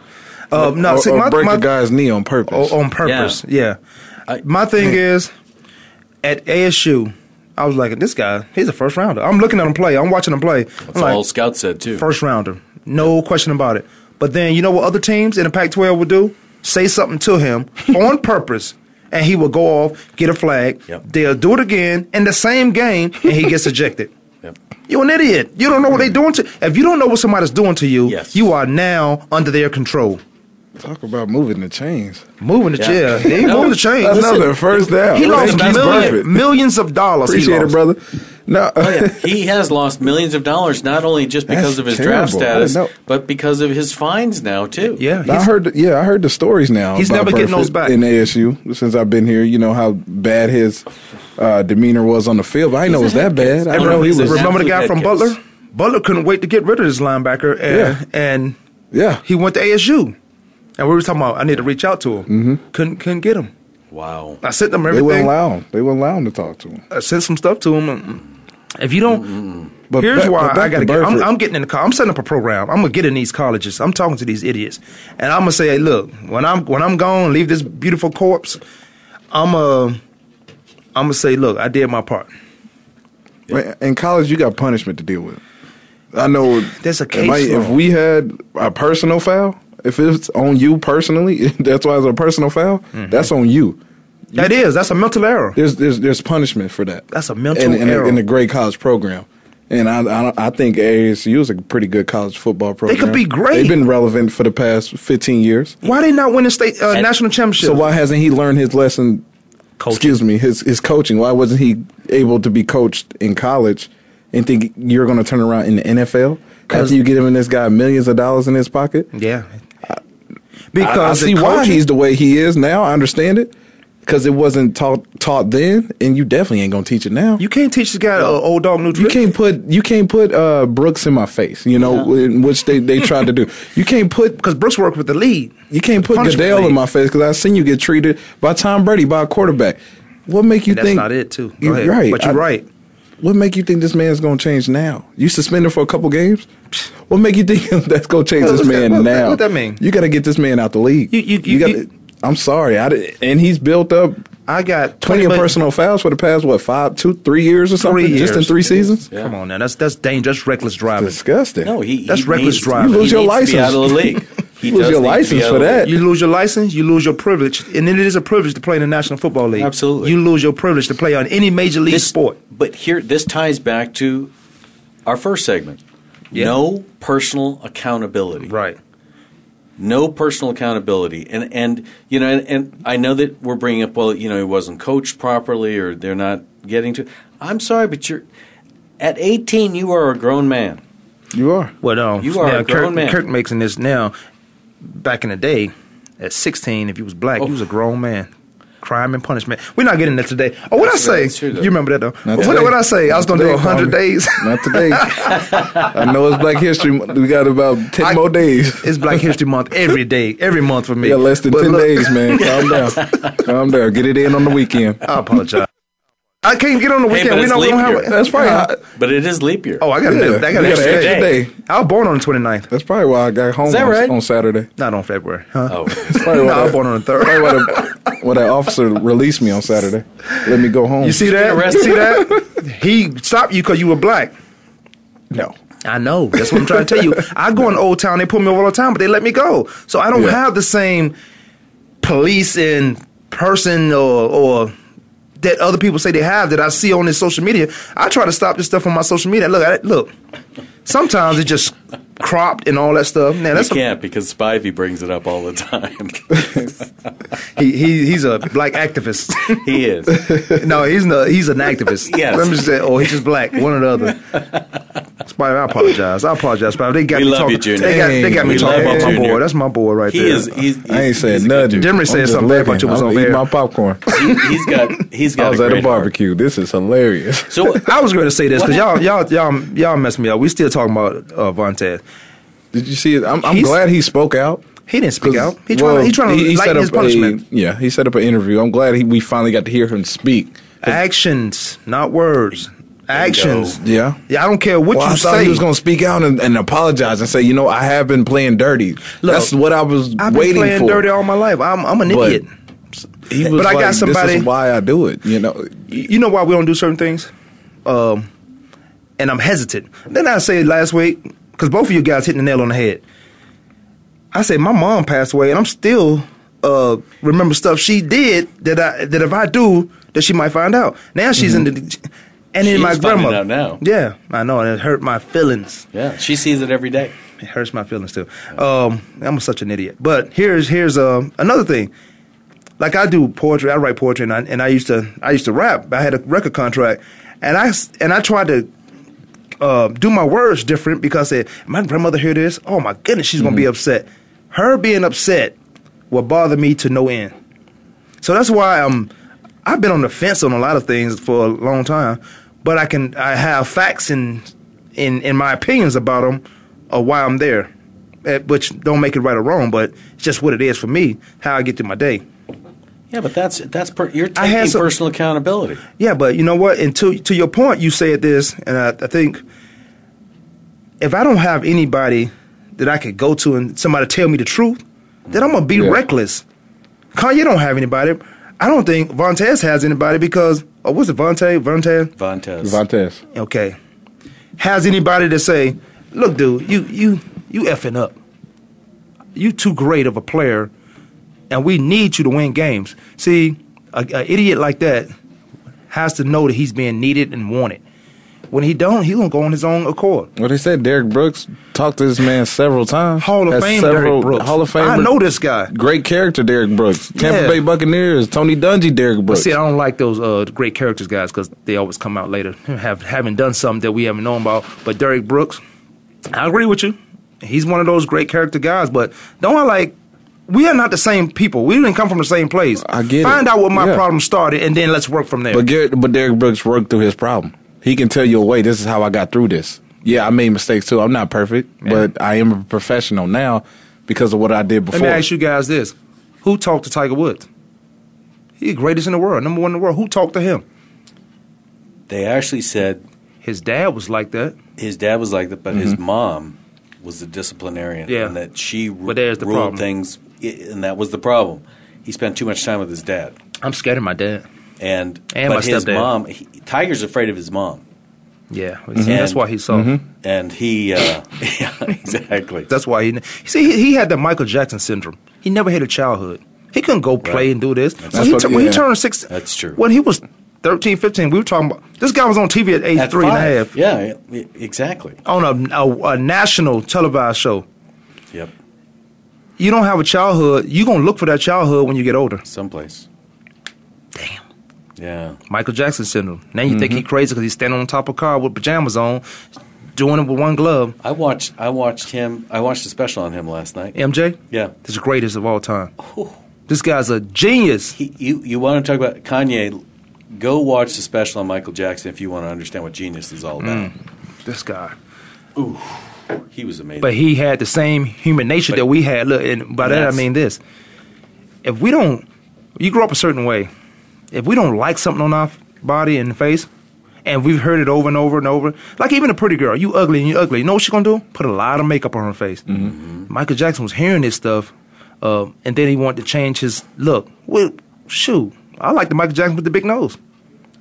S3: Uh, no,
S5: or,
S3: see,
S5: or
S3: my,
S5: break
S3: my,
S5: a guy's knee on purpose.
S3: Oh, on purpose. Yeah.
S4: I-
S3: my thing is, at ASU, I was like, this guy, he's a first rounder. I'm looking at him play. I'm watching him play.
S4: That's
S3: I'm like,
S4: all Scout said too.
S3: first rounder, no question about it. But then you know what other teams in the Pac-12 would do? Say something to him on purpose. And he will go off, get a flag.
S4: Yep.
S3: They'll do it again in the same game, and he gets ejected.
S4: Yep.
S3: You're an idiot. You don't know what they're doing to. If you don't know what somebody's doing to you,
S4: Yes.
S3: you are now under their control.
S5: Talk about moving the chains.
S3: Moving the
S4: Yeah.
S3: chair, they
S4: No,
S3: moved the chain.
S5: That's
S3: Listen,
S5: another first down.
S3: He
S5: Thank
S3: lost
S5: you,
S3: million,
S5: Burfitt.
S3: millions of dollars. he
S5: Appreciate it,
S3: lost. Oh,
S5: brother. No,
S4: Oh, he has lost millions of dollars, not only just because
S5: That's
S4: of his draft
S5: terrible. I didn't
S4: status,
S5: know.
S4: but because of his fines now too.
S3: Yeah,
S5: I
S3: he's-
S5: heard. Yeah, I heard the stories now.
S3: He's
S5: about
S3: never getting those
S5: Burfitt
S3: back.
S5: in ASU since I've been here. You know how bad his uh, demeanor was on the field. But I didn't know it was
S4: a
S5: that
S4: head
S5: bad.
S4: case.
S5: I
S4: No,
S5: didn't
S4: no,
S5: know he
S4: he's
S5: was.
S4: an
S3: Remember
S4: absolute
S3: the guy
S4: head
S3: from
S4: case.
S3: Butler? Butler couldn't wait to get rid of this linebacker, and,
S5: Yeah.
S3: and
S5: Yeah.
S3: he went to ASU. And we were talking about I need to reach out to him. Mm-hmm. Couldn't couldn't get him.
S4: Wow.
S3: I sent them
S5: They
S3: everything.
S5: wouldn't allow him. They wouldn't allow him to talk to him.
S3: I sent some stuff to him. and- If you don't,
S5: But
S3: here's
S5: back-
S3: why
S5: but back
S3: I got to
S5: to
S3: get. I'm,
S5: Burford.
S3: I'm getting in the car. I'm setting up a program. I'm gonna get in these colleges. I'm talking to these idiots, and I'm gonna say, hey, look, when I'm when I'm gone, leave this beautiful corpse. I'm uh, I'm gonna say, look, I did my part.
S5: Man, In college, you got punishment to deal with. I know.
S3: There's a
S5: If, I-
S3: case
S5: if
S3: law.
S5: we had a personal foul, if it's on you personally, that's why it's a personal foul. That's on you.
S3: Mm-hmm. That is, that's a mental error.
S5: There's there's there's punishment for that.
S3: That's a mental
S5: in, in,
S3: error.
S5: A, in a great college program. And I, I don't- I think ASU is a pretty good college football program.
S3: could be great.
S5: They've been relevant for the past 15 years.
S3: Why they not winning state uh,
S4: And-
S3: national championship?
S5: So why hasn't he learned his lesson?
S3: Coaching.
S5: Excuse me, his his coaching. Why wasn't he able to be coached in college and think you're going to turn around in the NFL
S3: 'Cause-
S5: after you give him this guy millions of dollars in his pocket?
S3: Yeah,
S5: Because I,
S3: because the
S5: see why
S3: coaching-
S5: he's the way he is now. I understand it because it wasn't taught taught then, and you definitely ain't going to teach it now.
S3: You can't teach this guy uh, old dog new
S5: You
S3: tricks.
S5: can't put you can't put uh, Brooks in my face, you know, in which they, they tried to do. You can't put
S3: because Brooks worked with the lead.
S5: you can't put
S3: Punishment
S5: Goodell
S3: league.
S5: in my face because I seen you get treated by Tom Brady by a quarterback. What make you
S3: That's
S5: think
S3: not it, too. Go
S5: You're
S3: ahead.
S5: right,
S3: but you're
S5: I-
S3: right.
S5: What make you think this man's gonna change now? You suspended for a couple games. What make you think that's gonna change
S3: What-
S5: this
S3: what's that-
S5: man
S3: what-
S5: now?
S3: what that mean?
S5: You got to get this man out the league.
S3: You- you- you- you-
S5: I'm sorry, I did, and he's built up
S3: I got
S5: plenty of
S3: million-
S5: personal fouls for the past what five, two, three years or something,
S3: Three
S5: just in
S3: years.
S5: three seasons.
S4: Yeah.
S3: Come on now, that's that's dangerous, that's reckless driving.
S5: Disgusting.
S4: No, he
S3: That's
S4: he
S3: reckless
S4: needs to-
S3: driving.
S4: he
S5: You lose your
S4: needs to be
S5: license.
S4: out of the league. He
S5: Lose
S4: does
S5: your
S4: need to be
S5: license for
S4: elevated.
S5: that.
S3: You lose your license, you lose your privilege, and then it is a privilege to play in the National Football League.
S4: Absolutely.
S3: you lose your privilege to play on any major league
S4: This-
S3: sport.
S4: But here, this ties back to our first segment.
S3: Yeah.
S4: No personal accountability.
S3: Right.
S4: No personal accountability. And and you know, and, and I know that we're bringing up, well, you know, he wasn't coached properly, or they're not getting to. I'm sorry, but you're at 18. You are a grown man.
S5: You are.
S3: Well, no,
S4: You are
S3: now,
S4: a grown
S3: Kirk,
S4: man.
S3: Kirk making this now. Back in the day, at 16, if you was black,
S4: Oh.
S3: you was a grown man. Crime and punishment. We're not getting that today. Oh, what I
S4: That's-
S3: say?
S4: that's true, though.
S3: you remember that though?
S5: Not
S3: What,
S5: today.
S3: what I say? I was
S5: Not
S3: gonna do
S5: today,
S3: 100
S5: Tommy.
S3: days.
S5: Not today. I know it's Black History Month. We got about 10
S3: I-
S5: more days.
S3: It's Black History Month every day, every month for me.
S5: We got less than
S3: But
S5: 10
S3: look,
S5: days, man. Calm down. Calm down. Get it in on the weekend.
S3: I apologize. I can't get on the
S4: Hey,
S3: weekend.
S4: but
S3: we
S4: it's
S3: don't, we
S4: leap
S3: don't have.
S4: year.
S5: That's probably
S3: Uh,
S4: But it is leap year.
S3: Oh, I got an
S5: Yeah,
S3: I got an
S5: you got
S3: extra
S5: an extra
S3: day.
S5: day.
S3: I was born on the 29th,
S5: That's probably why I got home
S4: that
S5: on,
S4: right?
S5: on Saturday.
S3: not on February. Huh?
S4: Oh.
S5: Probably
S3: no,
S5: why
S3: I was
S5: that-
S3: born on the 3rd.
S5: probably why that- why that officer released me on Saturday. Let me go home.
S3: You see that? You see that? He stopped you because you were black.
S5: No.
S3: I know. That's what I'm trying to tell you. I go in Old Town. They pull me over all the time, but they let me go. So I don't
S5: Yeah.
S3: have the same police in person or or that other people say they have that I see on this social media. I try to stop this stuff on my social media. Look, I, look. Sometimes it's just cropped and all that stuff. Now that's
S4: you can't because Spivey brings it up all the time.
S3: A, he, he he's a black activist.
S4: he is.
S3: no, he's not. He's an activist.
S4: Yes.
S3: Let me just say, or he's just black. One or the other. Spider, I apologize. I apologize, Spider. They got
S4: We
S3: me
S4: love
S3: talking.
S4: you, Junior.
S3: They got, they got me
S4: We love
S3: talking about
S4: you,
S3: my
S4: Junior.
S3: boy. That's my boy right
S4: He
S3: there.
S4: is. He's, he's,
S5: I ain't
S4: he's
S5: said
S4: a good
S5: nothing.
S4: dude.
S3: Demery
S5: I'm
S3: said
S5: just
S3: something bad
S5: looking.
S3: about you was
S5: I'm
S3: on
S5: eating
S3: air.
S5: my popcorn.
S4: He- he's got. He's got.
S5: I was
S4: a
S5: at a
S4: great heart.
S5: barbecue. This is hilarious.
S4: So
S3: I was going to say this because y'all, y'all, y'all, y'all messed me up. We still talking about uh, Vontaze.
S5: Did you see it? I'm, I'm
S3: He's-
S5: glad he spoke out.
S3: He didn't speak
S5: 'Cause,
S3: out. He trying
S5: well,
S3: to, he trying to lighten
S5: set
S3: his
S5: up a-
S3: punishment.
S5: yeah, he set up an interview. I'm glad he, we finally got to hear him speak.
S3: Actions, not words. Actions.
S5: Yeah.
S3: Yeah, I don't care what
S5: well,
S3: you
S5: I thought
S3: say.
S5: he was going to speak out and, and apologize and say, you know, I have been playing dirty. That's what I was
S3: I've been
S5: waiting
S3: playing
S5: for.
S3: dirty all my life. I'm, I'm an
S5: But-
S3: idiot.
S5: he was
S3: but I
S5: like,
S3: got somebody-
S5: This is why I do it. You know,
S3: you know why we don't do certain things? Um, and I'm hesitant. Then I say last week, because both of you guys hit the nail on the head. I said my mom passed away, and I'm still uh, remember stuff she did that I that if I do that she might find out. Now she's in the and
S4: Mm-hmm.
S3: then
S4: She
S3: my
S4: is finding
S3: grandmother.
S4: out now.
S3: Yeah, I know, and it hurt my feelings.
S4: yeah, she sees it every day.
S3: It hurts my feelings too. Um, I'm such an idiot. But here's here's um another thing. Like I do poetry, I write poetry, and I, and I used to I used to rap. I had a record contract, and I s- and I tried to uh, do my words different because I said, my grandmother hear this. Oh my goodness, she's gonna be upset. Her being upset will bother me to no end. So that's why I'm. I've been on the fence on a lot of things for a long time, but I can I have facts and in, in my opinions about them of why I'm there, eh, which don't make it right or wrong, but it's just what it is for me, how I get through my day.
S4: Yeah, but that's that's per, you're
S3: I had
S4: taking
S3: some-
S4: personal accountability.
S3: Yeah, but you know what? And to to your point, you said this, and I, I think if I don't have anybody that I could go to and somebody tell me the truth, then I'm gonna be
S5: Yeah.
S3: reckless. Kanye don't have anybody. I don't think Vontez has anybody because oh, what's it, Vontae? Vontae?
S4: Vontaze.
S5: Vontaze.
S3: Okay. Has anybody to say, look, dude, you you you effing up. You too great of a player, and we need you to win games. See, a, a idiot like that has to know that he's being needed and wanted. When he don't, he gonna go on his own accord.
S5: Well, they said Derek Brooks talked to this man several times.
S3: Hall of
S5: Has
S3: Fame, Derrick
S5: several-
S3: Brooks.
S5: Hall of Fame.
S3: I know this guy.
S5: Great character, Derek Brooks. Tampa
S3: Yeah.
S5: Bay Buccaneers. Tony Dungy, Derek
S3: But
S5: Brooks.
S3: see, I don't like those uh, great characters guys because they always come out later have haven't done something that we haven't known about. But Derek Brooks, I agree with you. He's one of those great character guys. But don't I like? We are not the same people. We didn't come from the same place.
S5: I get it.
S3: Find out what my
S5: Yeah.
S3: problem started, and then let's work from there.
S5: But Garrett, but Derek Brooks worked through his problem. He can tell you a way. This is how I got through this. Yeah, I made mistakes too. I'm not perfect, but I am a professional now because of what I
S3: Let
S5: did before.
S3: me ask you guys this: Who talked to Tiger Woods? He's the greatest in the world, number one in the world. Who talked to him?
S4: They actually said
S3: His dad was like that. Mm-hmm.
S4: his dad was like that, but his mom was the disciplinarian,
S3: Yeah.
S4: and that she ru-
S3: But there's the
S4: ruled
S3: problem.
S4: things, i- and that was the problem. He spent too much time with his dad,
S3: I'm scared of my dad.
S4: and,
S3: And
S4: but
S3: my
S4: his
S3: stepdad.
S4: mom. He, Tiger's afraid of his mom.
S3: Yeah, that's why he saw.
S4: mm-hmm. And he, uh, yeah, exactly.
S3: That's why he see he, he had the Michael Jackson syndrome. He never had a childhood. He couldn't go play
S4: Right.
S3: and do this.
S4: That's-
S3: when, he,
S5: That's
S3: tu-
S5: what-
S3: when he
S5: yeah.
S3: turned six,
S4: That's true.
S3: When he was 13, 15, we were talking about this guy was on TV at age
S4: At
S3: three and a
S4: five.
S3: half
S4: Yeah, e- exactly.
S3: on a, a, a national televised show.
S4: Yep,
S3: You don't have a childhood. You're gonna look for that childhood when you get older.
S4: someplace. Damn. Yeah. Mm-hmm.
S3: Michael Jackson syndrome. Now you think he crazy because he's standing on top of a car with pajamas on, doing it with one glove.
S4: I watched. I watched him. I watched a special on him last night.
S3: MJ,
S4: Yeah.
S3: this is the greatest of all time. This guy's a genius.
S4: He, you you want to talk about Kanye? Go watch the special on Michael Jackson if you want to understand what genius is all about.
S3: Mm. This guy.
S4: He was amazing.
S3: But he had the same human nature
S4: But-
S3: that we had. Look, and by that I
S4: Yes.
S3: mean this: if we don't, you grow up a certain way. If we don't like something on our f- body and face, and we've heard it over and over and over, like even a pretty girl, you ugly and you ugly. You know what she's gonna do? Put a lot of makeup on her face.
S4: Mm-hmm.
S3: Michael Jackson was hearing this stuff, uh, and then he wanted to change his look. Well, shoot, I like the Michael Jackson with the big nose.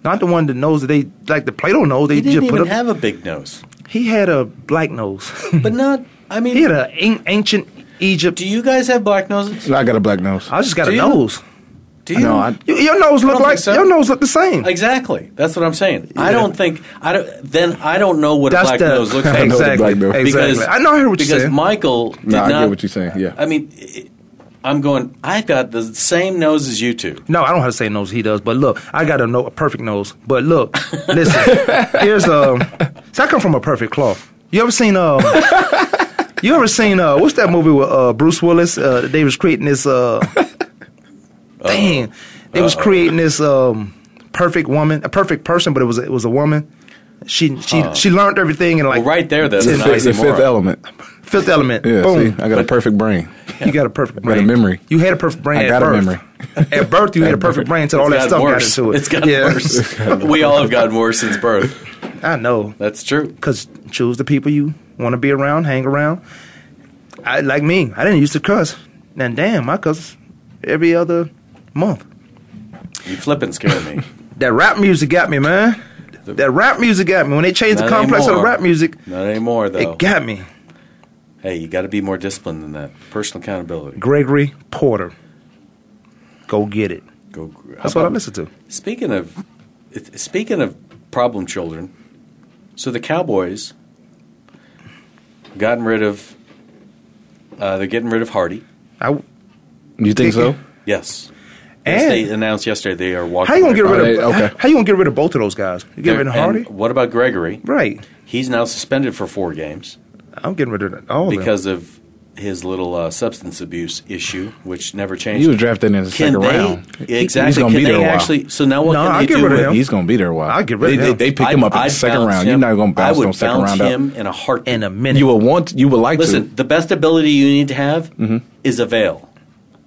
S3: Not the one that knows that they like the Play-Doh nose. They
S4: he didn't
S3: just
S4: even
S3: put up.
S4: have a big nose.
S3: he had a black nose.
S4: But not. I mean,
S3: He had an an- ancient Egypt.
S4: do you guys have black noses?
S5: I got a black nose.
S3: I just got
S4: Do
S3: a
S4: you?
S3: nose.
S4: Do you?
S5: No, I-
S3: You- your nose
S4: I
S3: look
S4: don't
S3: like
S4: think so.
S3: your nose look the same.
S4: Exactly. That's what I'm saying. I don't think I don't. Then I don't know what
S3: That's
S4: a black
S3: the
S4: nose looks like.
S5: know what
S3: exactly.
S5: black nose-
S3: exactly. I know I hear what you're
S4: because
S3: saying.
S4: Michael did
S5: No, I
S4: not,
S5: get what you're saying, yeah.
S4: I mean, it- I'm going. I've got the same nose as you two.
S3: no, I don't have the same nose he does, but look, I got a, no, a perfect nose. But look, listen, here's um. See, I come from a perfect cloth. You ever seen um? you ever seen uh? What's that movie with uh, Bruce Willis? Uh, they was creating this uh. Dang, they was creating this um perfect woman, a perfect person, but it was it was a woman. She she she learned everything and like
S4: Uh-huh. Well, right there, that's
S5: The
S4: an
S5: fifth, the fifth
S4: oxymoron.
S5: element.
S3: Fifth Element.
S5: Yeah,
S3: Boom.
S5: see, I got a perfect brain.
S3: You got a perfect
S5: got
S3: brain.
S5: a memory.
S3: You had a perfect brain.
S5: I
S3: at
S5: got a
S3: birth.
S5: memory.
S3: At birth, you had a perfect brain until all that
S4: It's
S3: stuff
S4: gotten
S3: got into it.
S4: It's gotten
S3: Yeah.
S4: worse. we all have gotten worse since birth.
S3: I know.
S4: That's true.
S3: Because choose the people you want to be around, hang around. I Like me, I didn't used to cuss. And damn, I cuss every other month.
S4: You flippin' scare me.
S3: That rap music got me, man. That rap music got me. When they changed the
S4: Not
S3: complex of the
S4: anymore.
S3: rap music,
S4: Not anymore, though.
S3: it got me.
S4: hey, you got to be more disciplined than that. Personal accountability.
S3: Gregory Porter. Go get it.
S4: Go.
S3: That's what I listen to.
S4: Speaking of, it- speaking of problem children, so the Cowboys gotten rid of. Uh, they're getting rid of Hardy.
S3: I,
S5: You think so?
S4: Yes. Yes,
S3: and
S4: they announced yesterday they are walking.
S3: How you gonna
S4: away
S3: get
S4: from
S3: rid of?
S5: Hardy. Okay.
S3: How you gonna get rid of both of those guys? You get rid of
S4: And
S3: Hardy,
S4: What about Gregory?
S3: right?
S4: He's now suspended for four games
S3: I'm getting rid of all of
S4: because of his little uh, substance abuse issue, which never changed.
S5: He was drafted in the
S4: Can
S5: second
S4: they
S5: round. He's
S4: exactly?
S5: gonna
S4: can
S5: be
S4: they
S5: there a while.
S4: actually? So now what
S3: No,
S4: can
S3: I'll
S4: they
S3: get
S4: do
S3: rid of
S4: with
S3: him.
S5: He's gonna be there a while.
S3: I'll get rid of
S5: they,
S3: him.
S5: They, they pick
S4: I'd-
S5: him up in
S4: I'd
S5: the second
S4: bounce him.
S5: round. You're not gonna bounce
S4: I would
S5: no second
S4: bounce
S5: round
S4: him
S5: up.
S4: in a
S3: them
S4: heartbeat.
S3: in a minute.
S5: You will want. You would like
S4: Listen,
S5: to.
S4: the best ability you need to have
S3: Mm-hmm.
S4: is avail,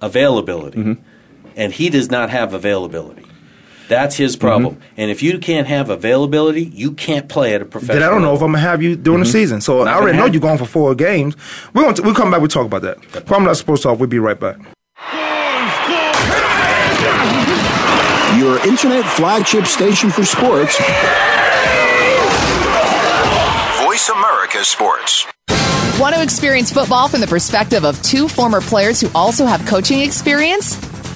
S4: availability,
S5: Mm-hmm.
S4: and he does not have availability. That's his problem.
S5: Mm-hmm.
S4: And if you can't have availability, you can't play at a professional.
S3: then I don't know if
S4: level.
S3: I'm gonna have you during the season. So I
S4: gonna
S3: already know
S4: happen.
S3: you're going for four games. We're gonna t- we'll come back. We'll talk about that. Kwame not supposed to. We'll be right back.
S2: Your internet flagship station for sports.
S7: Voice America Sports.
S9: Want to experience football from the perspective of two former players who also have coaching experience?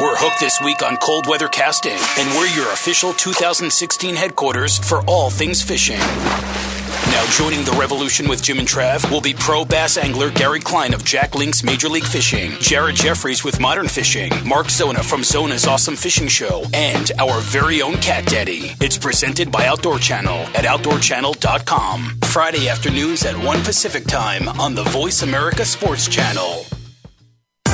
S10: We're hooked this week on cold weather casting, and we're your official 2016 headquarters for all things fishing. Now, joining the revolution with Jim and Trav will be pro bass angler Gary Klein of Jack Link's Major League Fishing, Jared Jeffries with Modern Fishing, Mark Zona from Zona's Awesome Fishing Show, and our very own Cat Daddy. It's presented by Outdoor Channel at OutdoorChannel.com. Friday afternoons at 1 Pacific Time on the Voice America Sports Channel.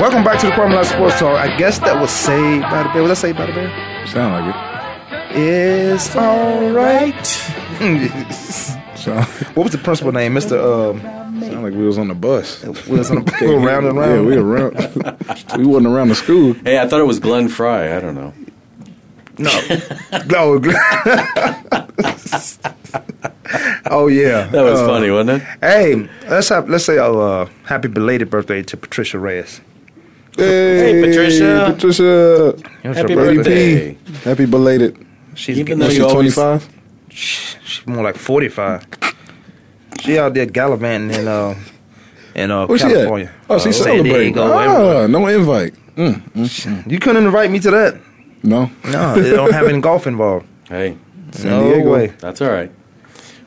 S3: Welcome back to the Kwame Lasseter Sports Talk. I guess that was Saved by the Bell. Was that Saved by the Bell?
S5: Sound like
S3: It's all right. what was the principal name, Mister? Um,
S5: Sound like we was on the bus.
S3: We was on the we were round and round.
S5: Yeah, we around. we wasn't around the school.
S4: Hey, I thought it was Glenn Fry. I don't know.
S3: No. oh yeah,
S4: That was
S3: Uh,
S4: funny, wasn't it?
S3: Hey, let's have, let's say oh, uh, happy belated birthday to Patricia Reyes.
S5: Hey,
S4: Patricia.
S5: Patricia.
S3: Here's
S4: Happy
S3: her
S4: birthday.
S5: P. Happy belated.
S3: She's
S4: Even though
S3: getting-
S5: Was she
S4: you always-
S5: 25?
S3: she's more like forty five. She out there gallivanting in uh in uh
S5: Where's she at?
S3: California.
S5: Oh, she's
S3: Uh, San
S5: celebrating.
S3: Diego,
S5: Ah, no invite. Mm,
S3: everywhere. You couldn't invite me to that.
S5: no.
S3: No, they don't have any golf involved.
S4: Hey,
S5: Ah. San
S3: no
S5: Diego.
S3: way.
S4: that's all right. We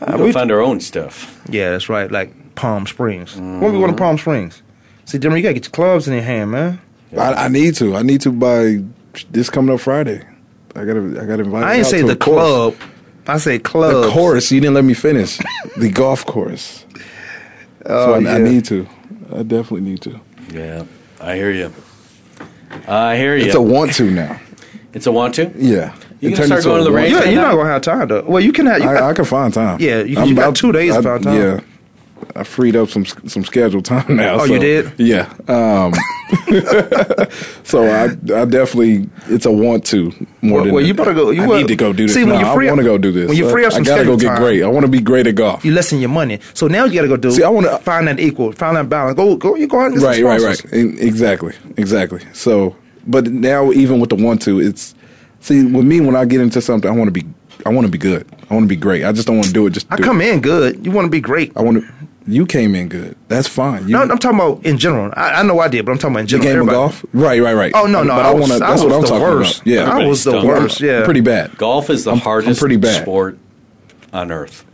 S3: Uh,
S4: go
S3: we-
S4: find our own stuff.
S3: Yeah, that's right. Like Palm Springs.
S5: Mm.
S3: When we go
S4: Mm-hmm.
S3: to Palm Springs? See, Jimmy, you gotta get your clubs in your hand, man.
S5: I, I need to. I need to by this coming up Friday. I gotta. I gotta invite.
S3: I ain't
S5: out
S3: say
S5: to a
S3: the
S5: course.
S3: club. I say club.
S5: The course. You didn't let me finish. the golf course. so I, I
S3: Oh, yeah.
S5: need to. I definitely need to.
S4: Yeah, I hear you. I hear you.
S5: It's a want to now.
S4: It's a want to.
S5: Yeah.
S4: You
S5: It
S4: gonna
S5: turned
S4: start
S5: into
S4: going
S5: a
S4: to the
S5: want-
S4: range?
S3: Yeah, you're
S4: now?
S3: not gonna have time to. Well, you can have. You
S5: I,
S3: got-
S5: I can find time.
S3: Yeah, you- you got two days to find time.
S5: Yeah, I freed up some some scheduled time now.
S3: Oh,
S5: so-
S3: you did?
S5: Yeah. Um, so I I definitely it's a want to more
S3: Well-
S5: than
S3: well,
S5: a-
S3: you better go- you
S5: I
S3: wanna-
S5: need to go do this.
S3: See, when
S5: No,
S3: you free
S5: I
S3: up-
S5: want to go do this.
S3: when you free up
S5: I
S3: some
S5: gotta go
S3: scheduled
S5: get
S3: time-
S5: great. I want to be great at golf.
S3: you lessen your money. So now you got to go do.
S5: See, I wanna-
S3: find that equal, find that balance. Go, go, you go out and get some
S5: right, right, right.
S3: sponsors.
S5: E- Exactly, exactly. So, but now even with the want to, it's see with me when I get into something, I want to be I want to be good. I want to be great. I just don't want to do it. Just
S3: I
S5: do
S3: come
S5: it.
S3: in good. You want to be great.
S5: I want to. You came in good. That's fine. You,
S3: No, I'm talking about in general. I, I know I did, but I'm talking about in general.
S5: The game of
S3: Everybody-
S5: golf? Right, right, right.
S3: Oh no, no.
S5: But
S3: I, was,
S5: wanna-
S3: I was the worst.
S5: about. Yeah,
S3: I was the
S4: Everybody's
S3: worst.
S5: I'm
S3: Yeah,
S5: pretty bad.
S4: Golf is the
S5: I'm- I'm
S4: hardest
S5: pretty bad.
S4: sport on earth,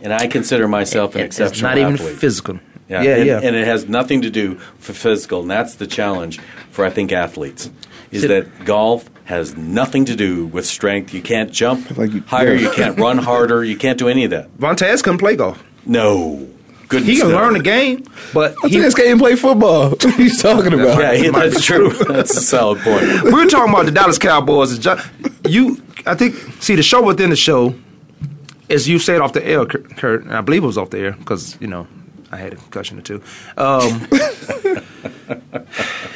S4: and I consider myself an
S3: It's
S4: exceptional
S3: not even
S4: athlete.
S3: physical.
S4: Yeah,
S3: yeah,
S4: and,
S3: yeah.
S4: and it has nothing to do for physical, and that's the challenge for I think athletes is
S3: Sit.
S4: that golf has nothing to do with strength. You can't jump
S5: Like you-
S4: higher,
S5: yeah.
S4: you can't run harder, you can't do any of that.
S3: Vontaze couldn't play
S5: Oh.
S3: golf.
S4: No, goodness.
S3: He can
S4: no.
S3: learn the game, but
S5: I
S3: he,
S5: think this game play football. what are you talking about?
S4: Yeah, yeah,
S3: Might be
S4: that's true. That's a solid point.
S3: we were talking about the Dallas Cowboys. and John- You, I think, see the show within the show, as you said off the air, Kurt, Kurt, and I believe it was off the air because you know I had a concussion or two. Um,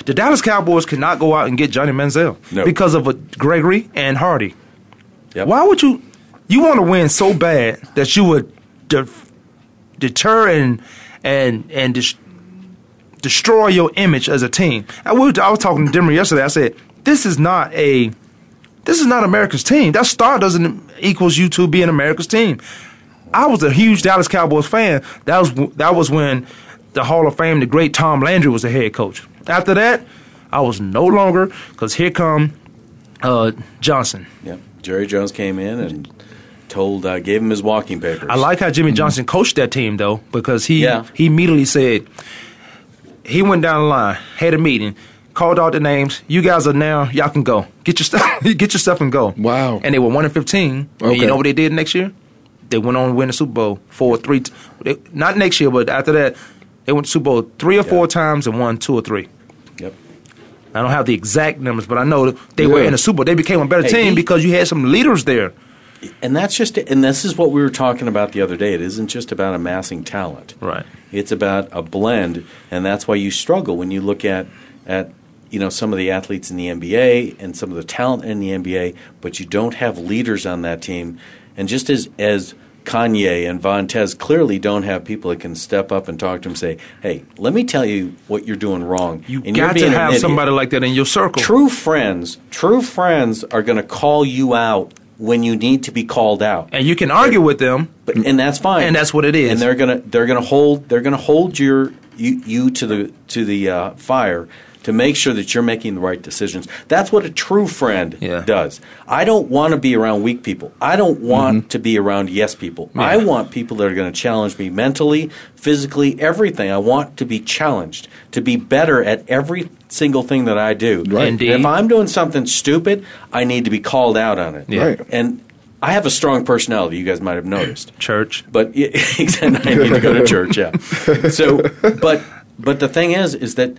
S3: the Dallas Cowboys cannot go out and get Johnny Manziel
S4: No.
S3: because of a Gregory and Hardy.
S4: Yep.
S3: Why would you? You want to win so bad that you would de- deter and and and dis- destroy your image as a team. I was, I was talking to Denver yesterday. I said, "This is not a, this is not America's team. That star doesn't equals you to being America's team." I was a huge Dallas Cowboys fan. That was w- that was when the Hall of Fame, the great Tom Landry, was the head coach. After that, I was no longer because here come uh, Johnson.
S4: Yep. Jerry Jones came in and told, uh, gave him his walking papers. Mm-hmm.
S3: I like how Jimmy Johnson coached that team though, because he
S4: Yeah.
S3: he immediately said he went down the line, had a meeting, called out the names. You guys are now, y'all can go. Get your stuff, get your stuff and go.
S5: Wow.
S3: And they were one and fifteen. And
S5: Okay.
S3: you know what they did next year? They went on to win the Super Bowl four, three. T- they, not next year, but after that, they went to Super Bowl three or four times and won two or three.
S4: Yep.
S3: I don't have the exact numbers, but I know they were
S5: Yeah.
S3: in the Super Bowl. They became a better
S4: Hey,
S3: team
S4: he-
S3: because you had some leaders there.
S4: And that's just, and this is what we were talking about the other day. It isn't just about amassing talent.
S3: Right.
S4: It's about a blend, and that's why you struggle when you look at at you know some of the athletes in the NBA and some of the talent in the NBA, but you don't have leaders on that team. And just as as Kanye and Vontez clearly don't have people that can step up and talk to them, and say, "Hey, let me tell you what you're doing wrong." You and you're
S3: got
S4: being
S3: to
S4: an
S3: have
S4: idiot."
S3: somebody like that in your circle.
S4: True friends, true friends are going to call you out when you need to be called out,
S3: and you can argue with them,
S4: but, and that's fine,
S3: and that's what it is.
S4: and they're gonna they're gonna hold they're gonna hold your you, you to the to the uh, fire to make sure that you're making the right decisions. That's what a true friend does. I don't want to be around weak people. I don't want
S3: Mm-hmm.
S4: to be around yes people. I want people that are going to challenge me mentally, physically, everything. I want to be challenged to be better at every single thing that I do.
S3: Right.
S4: And
S3: Indeed.
S4: if I'm doing something stupid, I need to be called out on it.
S3: Yeah. Right.
S4: And I have a strong personality. You guys might have noticed.
S3: Church,
S4: but yeah, I need to go to church. Yeah. So, but but the thing is, is that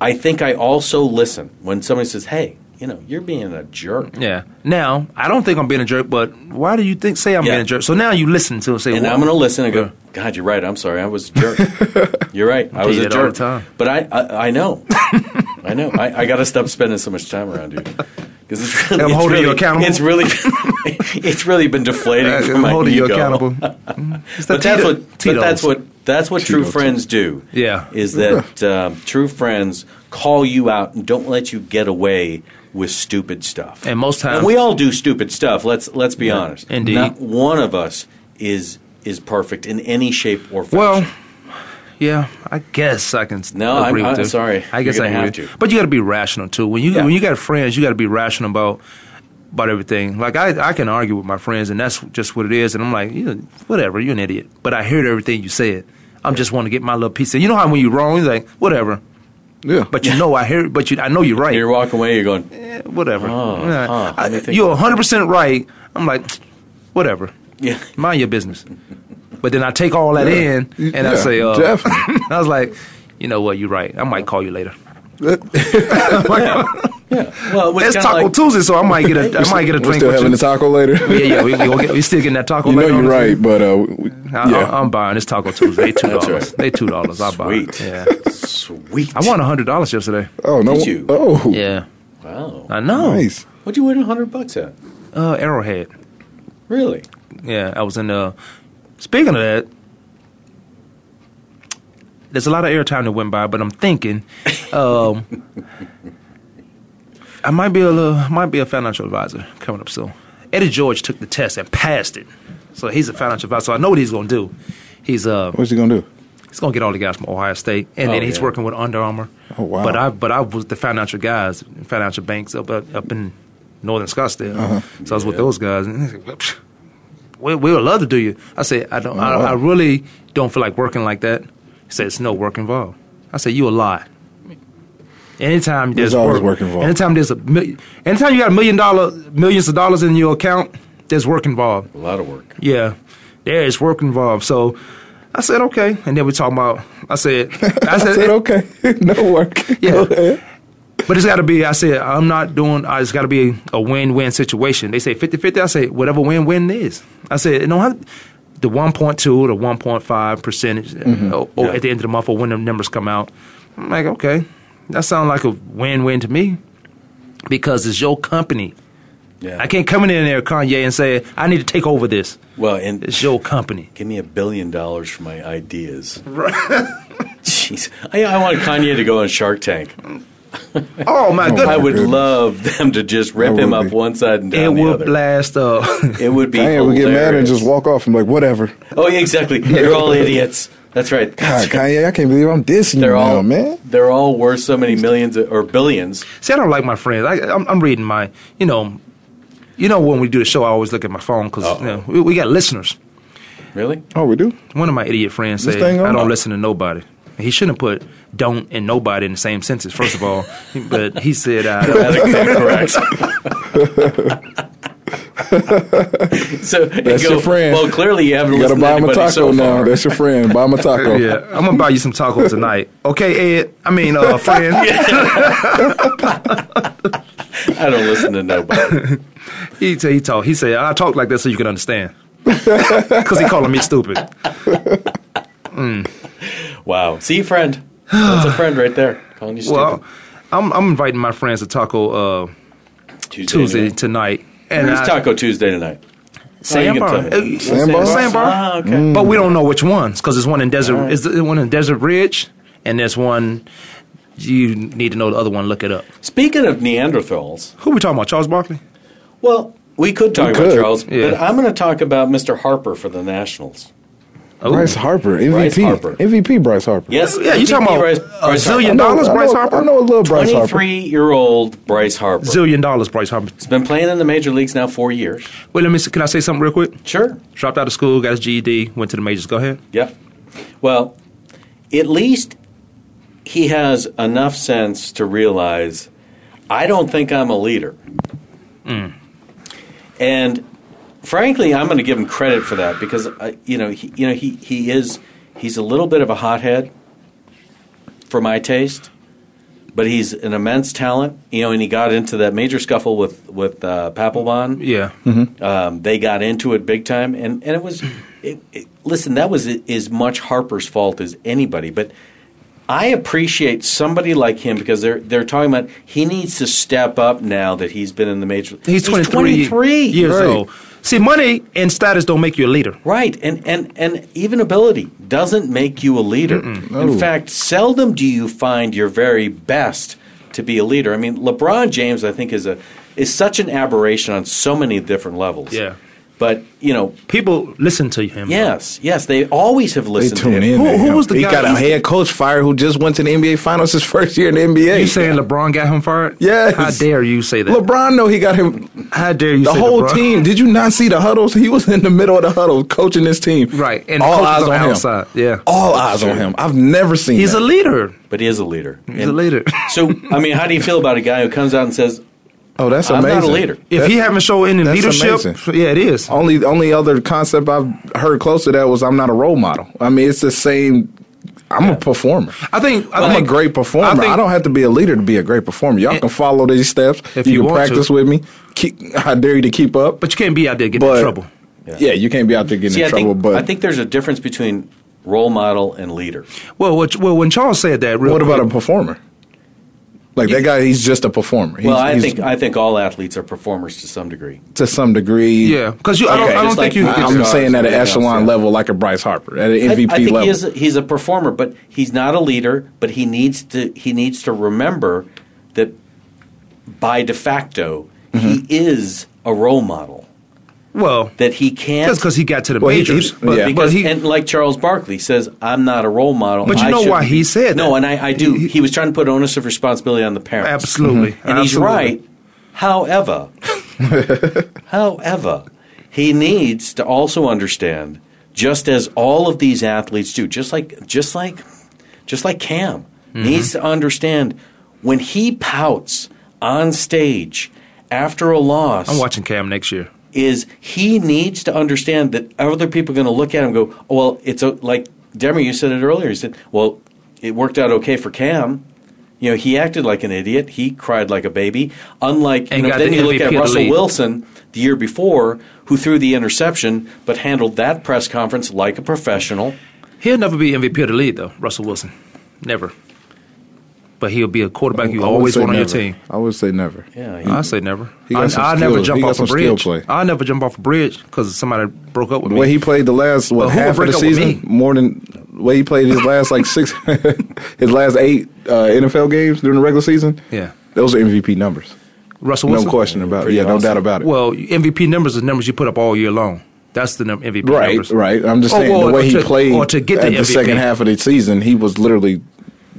S4: I think I also listen when somebody says, "Hey, you know, you're being a jerk."
S3: Yeah. Now, I don't think I'm being a jerk, but why do you think say I'm
S4: Yeah.
S3: being a jerk? So now you listen to it, say,
S4: and
S3: well,
S4: I'm going to listen and go, God, you're right. I'm sorry. I was a jerk. you're right. I
S3: Do
S4: was a
S3: that
S4: jerk.
S3: all the time.
S4: But I, I, I know. I know. I, I got to stop spending so much time around you. Because it's really,
S3: I'm
S4: it's
S3: holding you
S4: really-
S3: accountable. Uh,
S4: It's really, it's really been deflating.
S3: I'm
S4: for my
S3: holding you
S4: ego.
S3: accountable.
S4: but that's
S3: Tito-
S4: what but that's
S3: Tito's.
S4: what that's what true
S3: Tito's.
S4: friends do.
S3: Yeah.
S4: is that um, true friends call you out and don't let you get away with stupid stuff.
S3: And most times-
S4: And we all do stupid stuff. Let's let's be honest.
S3: Indeed.
S4: not one of us is is perfect in any shape or form.
S3: Well, yeah, I guess I can. s-
S4: No,
S3: agree
S4: I'm-
S3: with
S4: I'm
S3: you.
S4: sorry.
S3: I
S4: You're
S3: guess
S4: gonna
S3: I agree
S4: have
S3: with
S4: to.
S3: you. But you got to be rational too. When you
S4: Yeah.
S3: when you got friends, you got to be rational about about everything. Like I, I can argue with my friends, and that's just what it is. And I'm like, you whatever, you're an idiot. But I heard everything you said. I'm just want to get my little piece. Of, you know how when you're wrong, you're like whatever.
S5: Yeah.
S3: But you know I hear. But you, I know you're right.
S4: You're walking away. You're going.
S3: Eh, whatever.
S4: Oh,
S3: Yeah.
S4: huh,
S3: I-
S4: let me think
S3: you're
S4: about
S3: 100 percent right. I'm like, whatever.
S4: Yeah.
S3: Mind your business. But then I take all that
S5: Yeah.
S3: in and I
S5: Yeah,
S3: say, uh,
S5: definitely.
S3: I was like, you know what? You're right. I might call you later.
S4: Well, it was
S3: It's
S4: kinda
S3: Taco
S4: like-
S3: Tuesday, so I might get a I might get a
S5: We're
S3: drink.
S5: still
S3: with
S5: having
S3: you.
S5: a taco later.
S3: Yeah, yeah. We, we, gonna get, we still getting that taco.
S5: you know
S3: later
S5: you're
S3: on.
S5: right, but uh, we,
S3: I,
S5: yeah.
S3: I, am buying this Taco Tuesday. They two
S4: That's
S3: dollars.
S4: right.
S3: They two dollars. I buy. it.
S4: Sweet.
S3: Yeah.
S4: Sweet.
S3: I won hundred dollars yesterday.
S5: oh no!
S4: Did you?
S5: Oh,
S3: Yeah.
S4: Wow.
S3: I know.
S5: nice.
S4: What'd you win hundred bucks at?
S3: Uh, Arrowhead.
S4: Really?
S3: Yeah, I was in the. Speaking of that, there's a lot of airtime that went by, but I'm thinking, um, I might be a little, might be a financial advisor coming up soon. Eddie George took the test and passed it, so he's a financial advisor. So I know what he's gonna do. He's uh,
S5: What's he gonna do?
S3: he's gonna get all the guys from Ohio State, and
S4: Oh,
S3: then he's
S4: yeah.
S3: working with Under Armour.
S5: Oh, wow.
S3: But I but I was the financial guys, financial banks up up, up in Northern Scottsdale. So I was with those guys, and they said, "Well, psh, we we would love to do you. I said I don't. I,
S5: wow.
S3: I really don't feel like working like that. He said it's no work involved. I said you a lie. Anytime
S5: There's
S3: there's,
S5: always
S3: work
S5: work involved.
S3: Anytime there's a million, anytime you got a million dollar millions of dollars in your account, there's work involved.
S4: A lot of work.
S3: Yeah, there is work involved. So I said, okay. And then we talking about, I said, I
S5: I
S3: said,
S5: said okay, no work.
S3: Yeah.
S5: Go ahead.
S3: but it's got to be, I said, I'm not doing, I it's got to be a win win situation. They say 50 50. I say, whatever win win is. I said, no, I, the 1.2, the 1.5 percentage
S5: Mm-hmm.
S3: uh, or, or
S4: Yeah.
S3: at the end of the month or when the numbers come out. I'm like, okay, that sounds like a win win to me because it's your company.
S4: Yeah.
S3: I can't come in there, Kanye, and say, I need to take over this.
S4: Well, and
S3: It's your company.
S4: Give me a billion dollars for my ideas. Jeez, I, I want Kanye to go on Shark Tank.
S3: Oh, my goodness.
S4: I would
S5: goodness.
S4: love them to just rip
S5: That
S4: him
S5: would
S4: up
S5: be-
S4: one side and down
S3: it
S4: the
S3: will
S4: other.
S3: blast up.
S4: It would be.
S5: Damn, we get mad and
S4: hilarious.
S5: just walk off. I'm like, whatever.
S4: Oh, yeah, exactly. You're all idiots. That's right.
S5: God, Kanye, I can't believe I'm dissing
S4: They're
S5: you
S4: all
S5: now, man.
S4: They're all worth so many millions or billions.
S3: See, I don't like my friends. I, I'm, I'm reading my, you know, you know when we do the show, I always look at my phone because
S4: Uh-oh.
S3: you know, we, we got listeners.
S4: Really?
S5: Oh, we do.
S3: One of my idiot friends
S5: This
S3: said,
S5: thing on?
S3: "I don't listen to nobody." And He shouldn't put "don't" and "nobody" in the same sentence. First of all, but he said, uh, I don't.
S4: That's correct. so
S5: That's
S4: you go,
S5: your friend.
S4: Well, clearly you haven't
S5: You gotta
S4: listened to
S5: buy him a
S4: anybody
S5: taco
S4: so
S5: now.
S4: far.
S5: That's your friend. Buy him a taco.
S3: Yeah, I'm gonna buy you some tacos tonight, okay, Ed? I mean, uh, friend.
S4: I don't listen to nobody.
S3: He said he talk. He said I talk like that so you can understand. Because he calling me stupid. Mm.
S4: Wow. See, friend. That's a friend right there. Calling you stupid.
S3: Well, I'm I'm inviting my friends to Taco uh, Tuesday,
S4: night.
S3: tonight.
S4: It's Taco Tuesday tonight. you can
S3: Sandbar.
S4: tell me.
S3: Uh, Sandbar.
S4: Ah, okay.
S5: Mm.
S3: But we don't know which ones because there's one in Desert.
S4: All right.
S3: Is the one in Desert Ridge, and there's one. You need to know the other one. Look it up.
S4: Speaking of Neanderthals,
S3: who we talking about? Charles Barkley.
S4: Well, we could talk
S3: We
S4: about
S3: could.
S4: Charles,
S3: Yeah.
S4: but I'm going to talk about Mr. Harper for the Nationals.
S5: Bryce Harper, MVP,
S4: Bryce Harper.
S5: MVP, Bryce Harper.
S4: Yes,
S3: Yeah, you talking about
S4: Bryce-
S3: a
S4: Bryce Harper.
S3: zillion dollars, Bryce Harper?
S5: I know a little Bryce Harper.
S4: 23-year-old Bryce Harper.
S3: Zillion dollars, Bryce Harper.
S4: He's been playing in the major leagues now four years.
S3: Wait, let me. Can I say something real quick?
S4: Sure.
S3: Dropped out of school, got his GED, went to the majors. Go ahead.
S4: Yep. Well, at least he has enough sense to realize I don't think I'm a leader. And frankly, I'm going to give him credit for that because uh, you know he, you know he, he is he's a little bit of a hothead for my taste, but he's an immense talent. You know, and he got into that major scuffle with with uh, Papelbon.
S3: Yeah.
S4: Um, they got into it big time, and, and it was. It, it, listen, that was a- as much Harper's fault as anybody. But I appreciate somebody like him because they're they're talking about he needs to step up now that he's been in the major.
S3: He's 23, years
S4: Right.
S3: old. See, money and status don't make you a leader.
S4: Right, and and and even ability doesn't make you a leader.
S3: No.
S4: In fact, seldom do you find your very best to be a leader. I mean, LeBron James, I think, is a is such an aberration on so many different levels.
S3: Yeah.
S4: But you know,
S3: people listen to him.
S4: Yes, yes, they always have
S5: They
S4: listened
S5: tune
S4: to
S5: in.
S4: him.
S5: to him. he got a head coach fired who just went to the NBA Finals his first year in the NBA.
S3: You saying LeBron got him fired?
S5: Yes.
S3: How dare you say that?
S5: LeBron? No, he got him.
S3: How dare you?
S5: the
S3: say
S5: whole
S3: LeBron?
S5: team. Did you not see the huddles? He was in the middle of the huddle coaching this team.
S3: Right, and the
S5: all
S3: coach
S5: eyes
S3: was
S5: on
S3: on
S5: him.
S3: the outside. Yeah,
S5: All eyes on him. I've never seen.
S3: He's
S5: that.
S3: a leader.
S4: But he is a leader. He's
S3: a leader.
S4: so, I mean, how do you feel about a guy who comes out and says,
S5: Oh, that's
S4: I'm
S5: amazing.
S4: not a leader. If
S3: If he
S5: That's-
S3: haven't shown any
S5: that's
S3: leadership,
S5: amazing.
S3: yeah, it is.
S5: Only only other concept I've heard close to that was I'm not a role model. I mean, it's the same. I'm a performer.
S3: I think I
S5: I am
S3: think
S5: a great performer. I,
S3: I think-
S5: don't have to be a leader to be a great performer. Y'all can follow these steps.
S3: If
S5: you,
S3: you
S5: can
S3: want
S5: practice
S3: to.
S5: with me. Keep, I dare you to keep up.
S3: But you can't be out there getting
S5: But-
S3: in trouble.
S5: Yeah. you can't be out there getting
S4: See,
S5: in
S4: I
S5: trouble.
S4: think,
S5: but
S4: I think there's a difference between role model and leader.
S3: Well, what, well, when Charles said that, real
S5: what about a
S3: quick,
S5: performer? Like that guy, he's just a performer. He's,
S4: well, I
S5: he's-
S4: think I think all athletes are performers to some degree.
S5: to some degree.
S4: Yeah, 'cause you- I don't- I don't think you can
S5: I'm
S4: get
S5: saying at an
S4: stars.
S5: echelon level, like a Bryce Harper, at an
S4: I-
S5: MVP
S4: I, think
S5: level.
S4: He is, he's a performer, but he's not a leader. But he needs to he needs to remember that by de facto
S5: Mm-hmm.
S4: he is a role model.
S3: well,
S4: That he can't
S3: that's because he got to the
S4: Well, he-
S3: majors.
S4: he-
S3: but,
S4: because,
S3: but he,
S4: and like Charles Barkley says, I'm not a role model.
S3: But you
S4: I
S3: know
S4: shouldn't
S3: why he
S4: be."
S3: said
S4: no,
S3: that.
S4: and I, I do. He, was trying to put onus of responsibility on the parents.
S3: Absolutely. Mhm.
S4: and he's
S3: Absolutely.
S4: right. However, however, he needs to also understand, just as all of these athletes do, just like just like just like Cam needs to understand when he pouts on stage after a loss
S3: I'm watching Cam next year.
S4: is he needs to understand that other people are going to look at him and go, oh, well, it's a, like Demer, you said it earlier. You said, well, it worked out okay for Cam. You know, he acted like an idiot. He cried like a baby. Unlike, you
S3: And
S4: know,
S3: got
S4: then
S3: the
S4: you look
S3: MVP of
S4: at
S3: the
S4: Russell
S3: league.
S4: Wilson the year before, who threw the interception but handled that press conference like a professional.
S3: He'll never be MVP of the league, though. Russell Wilson, never. But he'll be a quarterback you
S5: Oh, I would
S3: always
S5: say
S3: want on your
S5: never.
S3: team.
S5: I would say never.
S4: Yeah,
S3: I say never.
S5: He got
S3: I,
S5: some
S3: I never
S5: skill-
S3: jump
S5: he got
S3: off a
S5: some skill
S3: bridge.
S5: play.
S3: I never jump off a bridge because somebody broke up with
S5: The
S3: me.
S5: way he played the last what
S3: But who would
S5: half of
S3: break
S5: the
S3: up with
S5: season, more than the way he played his last like six, his last eight uh, NFL games during the regular season.
S3: Yeah.
S5: those are MVP numbers.
S3: Russell
S5: no
S3: Wilson?
S5: question about it. Yeah, no doubt about it.
S3: Well, MVP numbers is numbers you put up all year long. That's the num- MVP
S5: right,
S3: numbers.
S5: right. I'm just
S3: Or-
S5: saying
S3: or-
S5: the way
S3: or
S5: he
S3: to-
S5: played
S3: or to get
S5: at the
S3: MVP.
S5: second half of the season, he was literally,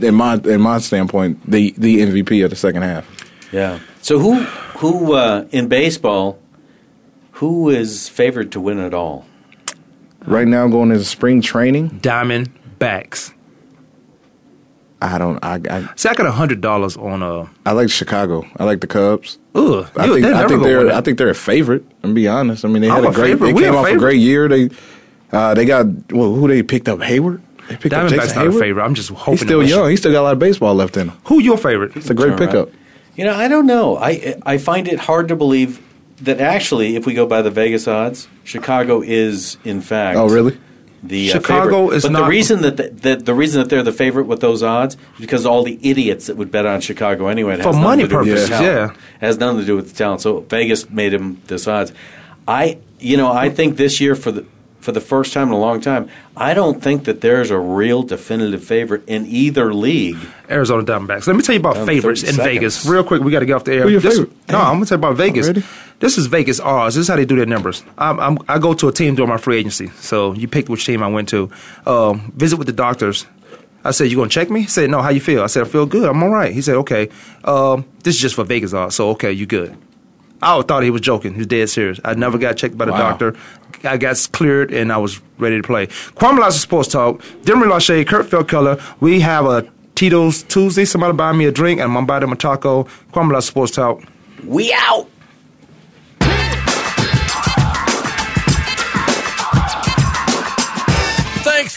S5: in my in my standpoint, the the MVP of the second half.
S4: Yeah. So who, who uh, in baseball, who is favored to win it all?
S5: Right now, going into spring training,
S3: Diamond backs.
S5: I don't. I I,
S3: See, I got hundred dollars on uh.
S5: I like Chicago. I like the Cubs.
S3: Ugh,
S5: I
S3: you-
S5: think
S3: they're never
S5: I think
S3: gonna win
S5: they're
S3: it.
S5: I think they're a favorite. I'm be honest. I mean, they
S3: I'm
S5: had a
S3: a
S5: great.
S3: favorite.
S5: They
S3: We're
S5: came
S3: a
S5: off a
S3: favorite.
S5: great year. They uh, they got well, who they picked up Hayward. They picked up
S3: Diamondbacks
S5: Jason
S3: not a
S5: Hayward.
S3: favorite. I'm just hoping.
S5: He's still
S3: to win.
S5: young. He's still got a lot of baseball left in him.
S3: Who your favorite?
S5: It's a great
S4: Turn around.
S5: pickup.
S4: You know, I don't know. I I find it hard to believe that actually, if we go by the Vegas odds, Chicago is in fact.
S5: Oh, really?
S4: the uh,
S3: Chicago
S4: favorite.
S3: is
S4: but
S3: not-
S4: the reason that the, the, the reason that they're the favorite with those odds is because all the idiots that would bet on Chicago anyway it has
S3: For
S4: nothing
S3: money
S4: to do with the
S3: purposes,
S4: talent. It has nothing to do with the talent. So Vegas made him this odds. I you know I think this year for the for the first time in a long time, I don't think that there's a real definitive favorite in either league.
S3: Arizona Diamondbacks. Let me tell you about
S4: Down
S3: favorites
S4: 30
S3: in
S4: seconds.
S3: Vegas. Real quick, we got to get off the air.
S4: Who your
S3: This-
S4: favorite? Oh,
S3: No, I'm going to tell you about Vegas.
S4: Already?
S3: This is Vegas odds. This is how they do their numbers. I'm, I'm, I go to a team during my free agency. So you pick which team I went to. Um, visit with the doctors. I said, you going to check me? He said, no, how you feel? I said, I feel good. I'm all right. He said, okay, um, this is just for Vegas odds. So, okay, you good. I thought he was joking. He was dead serious. I never got checked by the
S11: Wow.
S3: doctor. I got cleared and I was ready to play. Kwame Lasseter Sports Talk. Demery Lachey, Kurt Feldkeller. We have a Tito's Tuesday. Somebody buy me a drink and I'm buy them a taco. Kwame Lasseter Sports Talk.
S4: We out.
S12: Thanks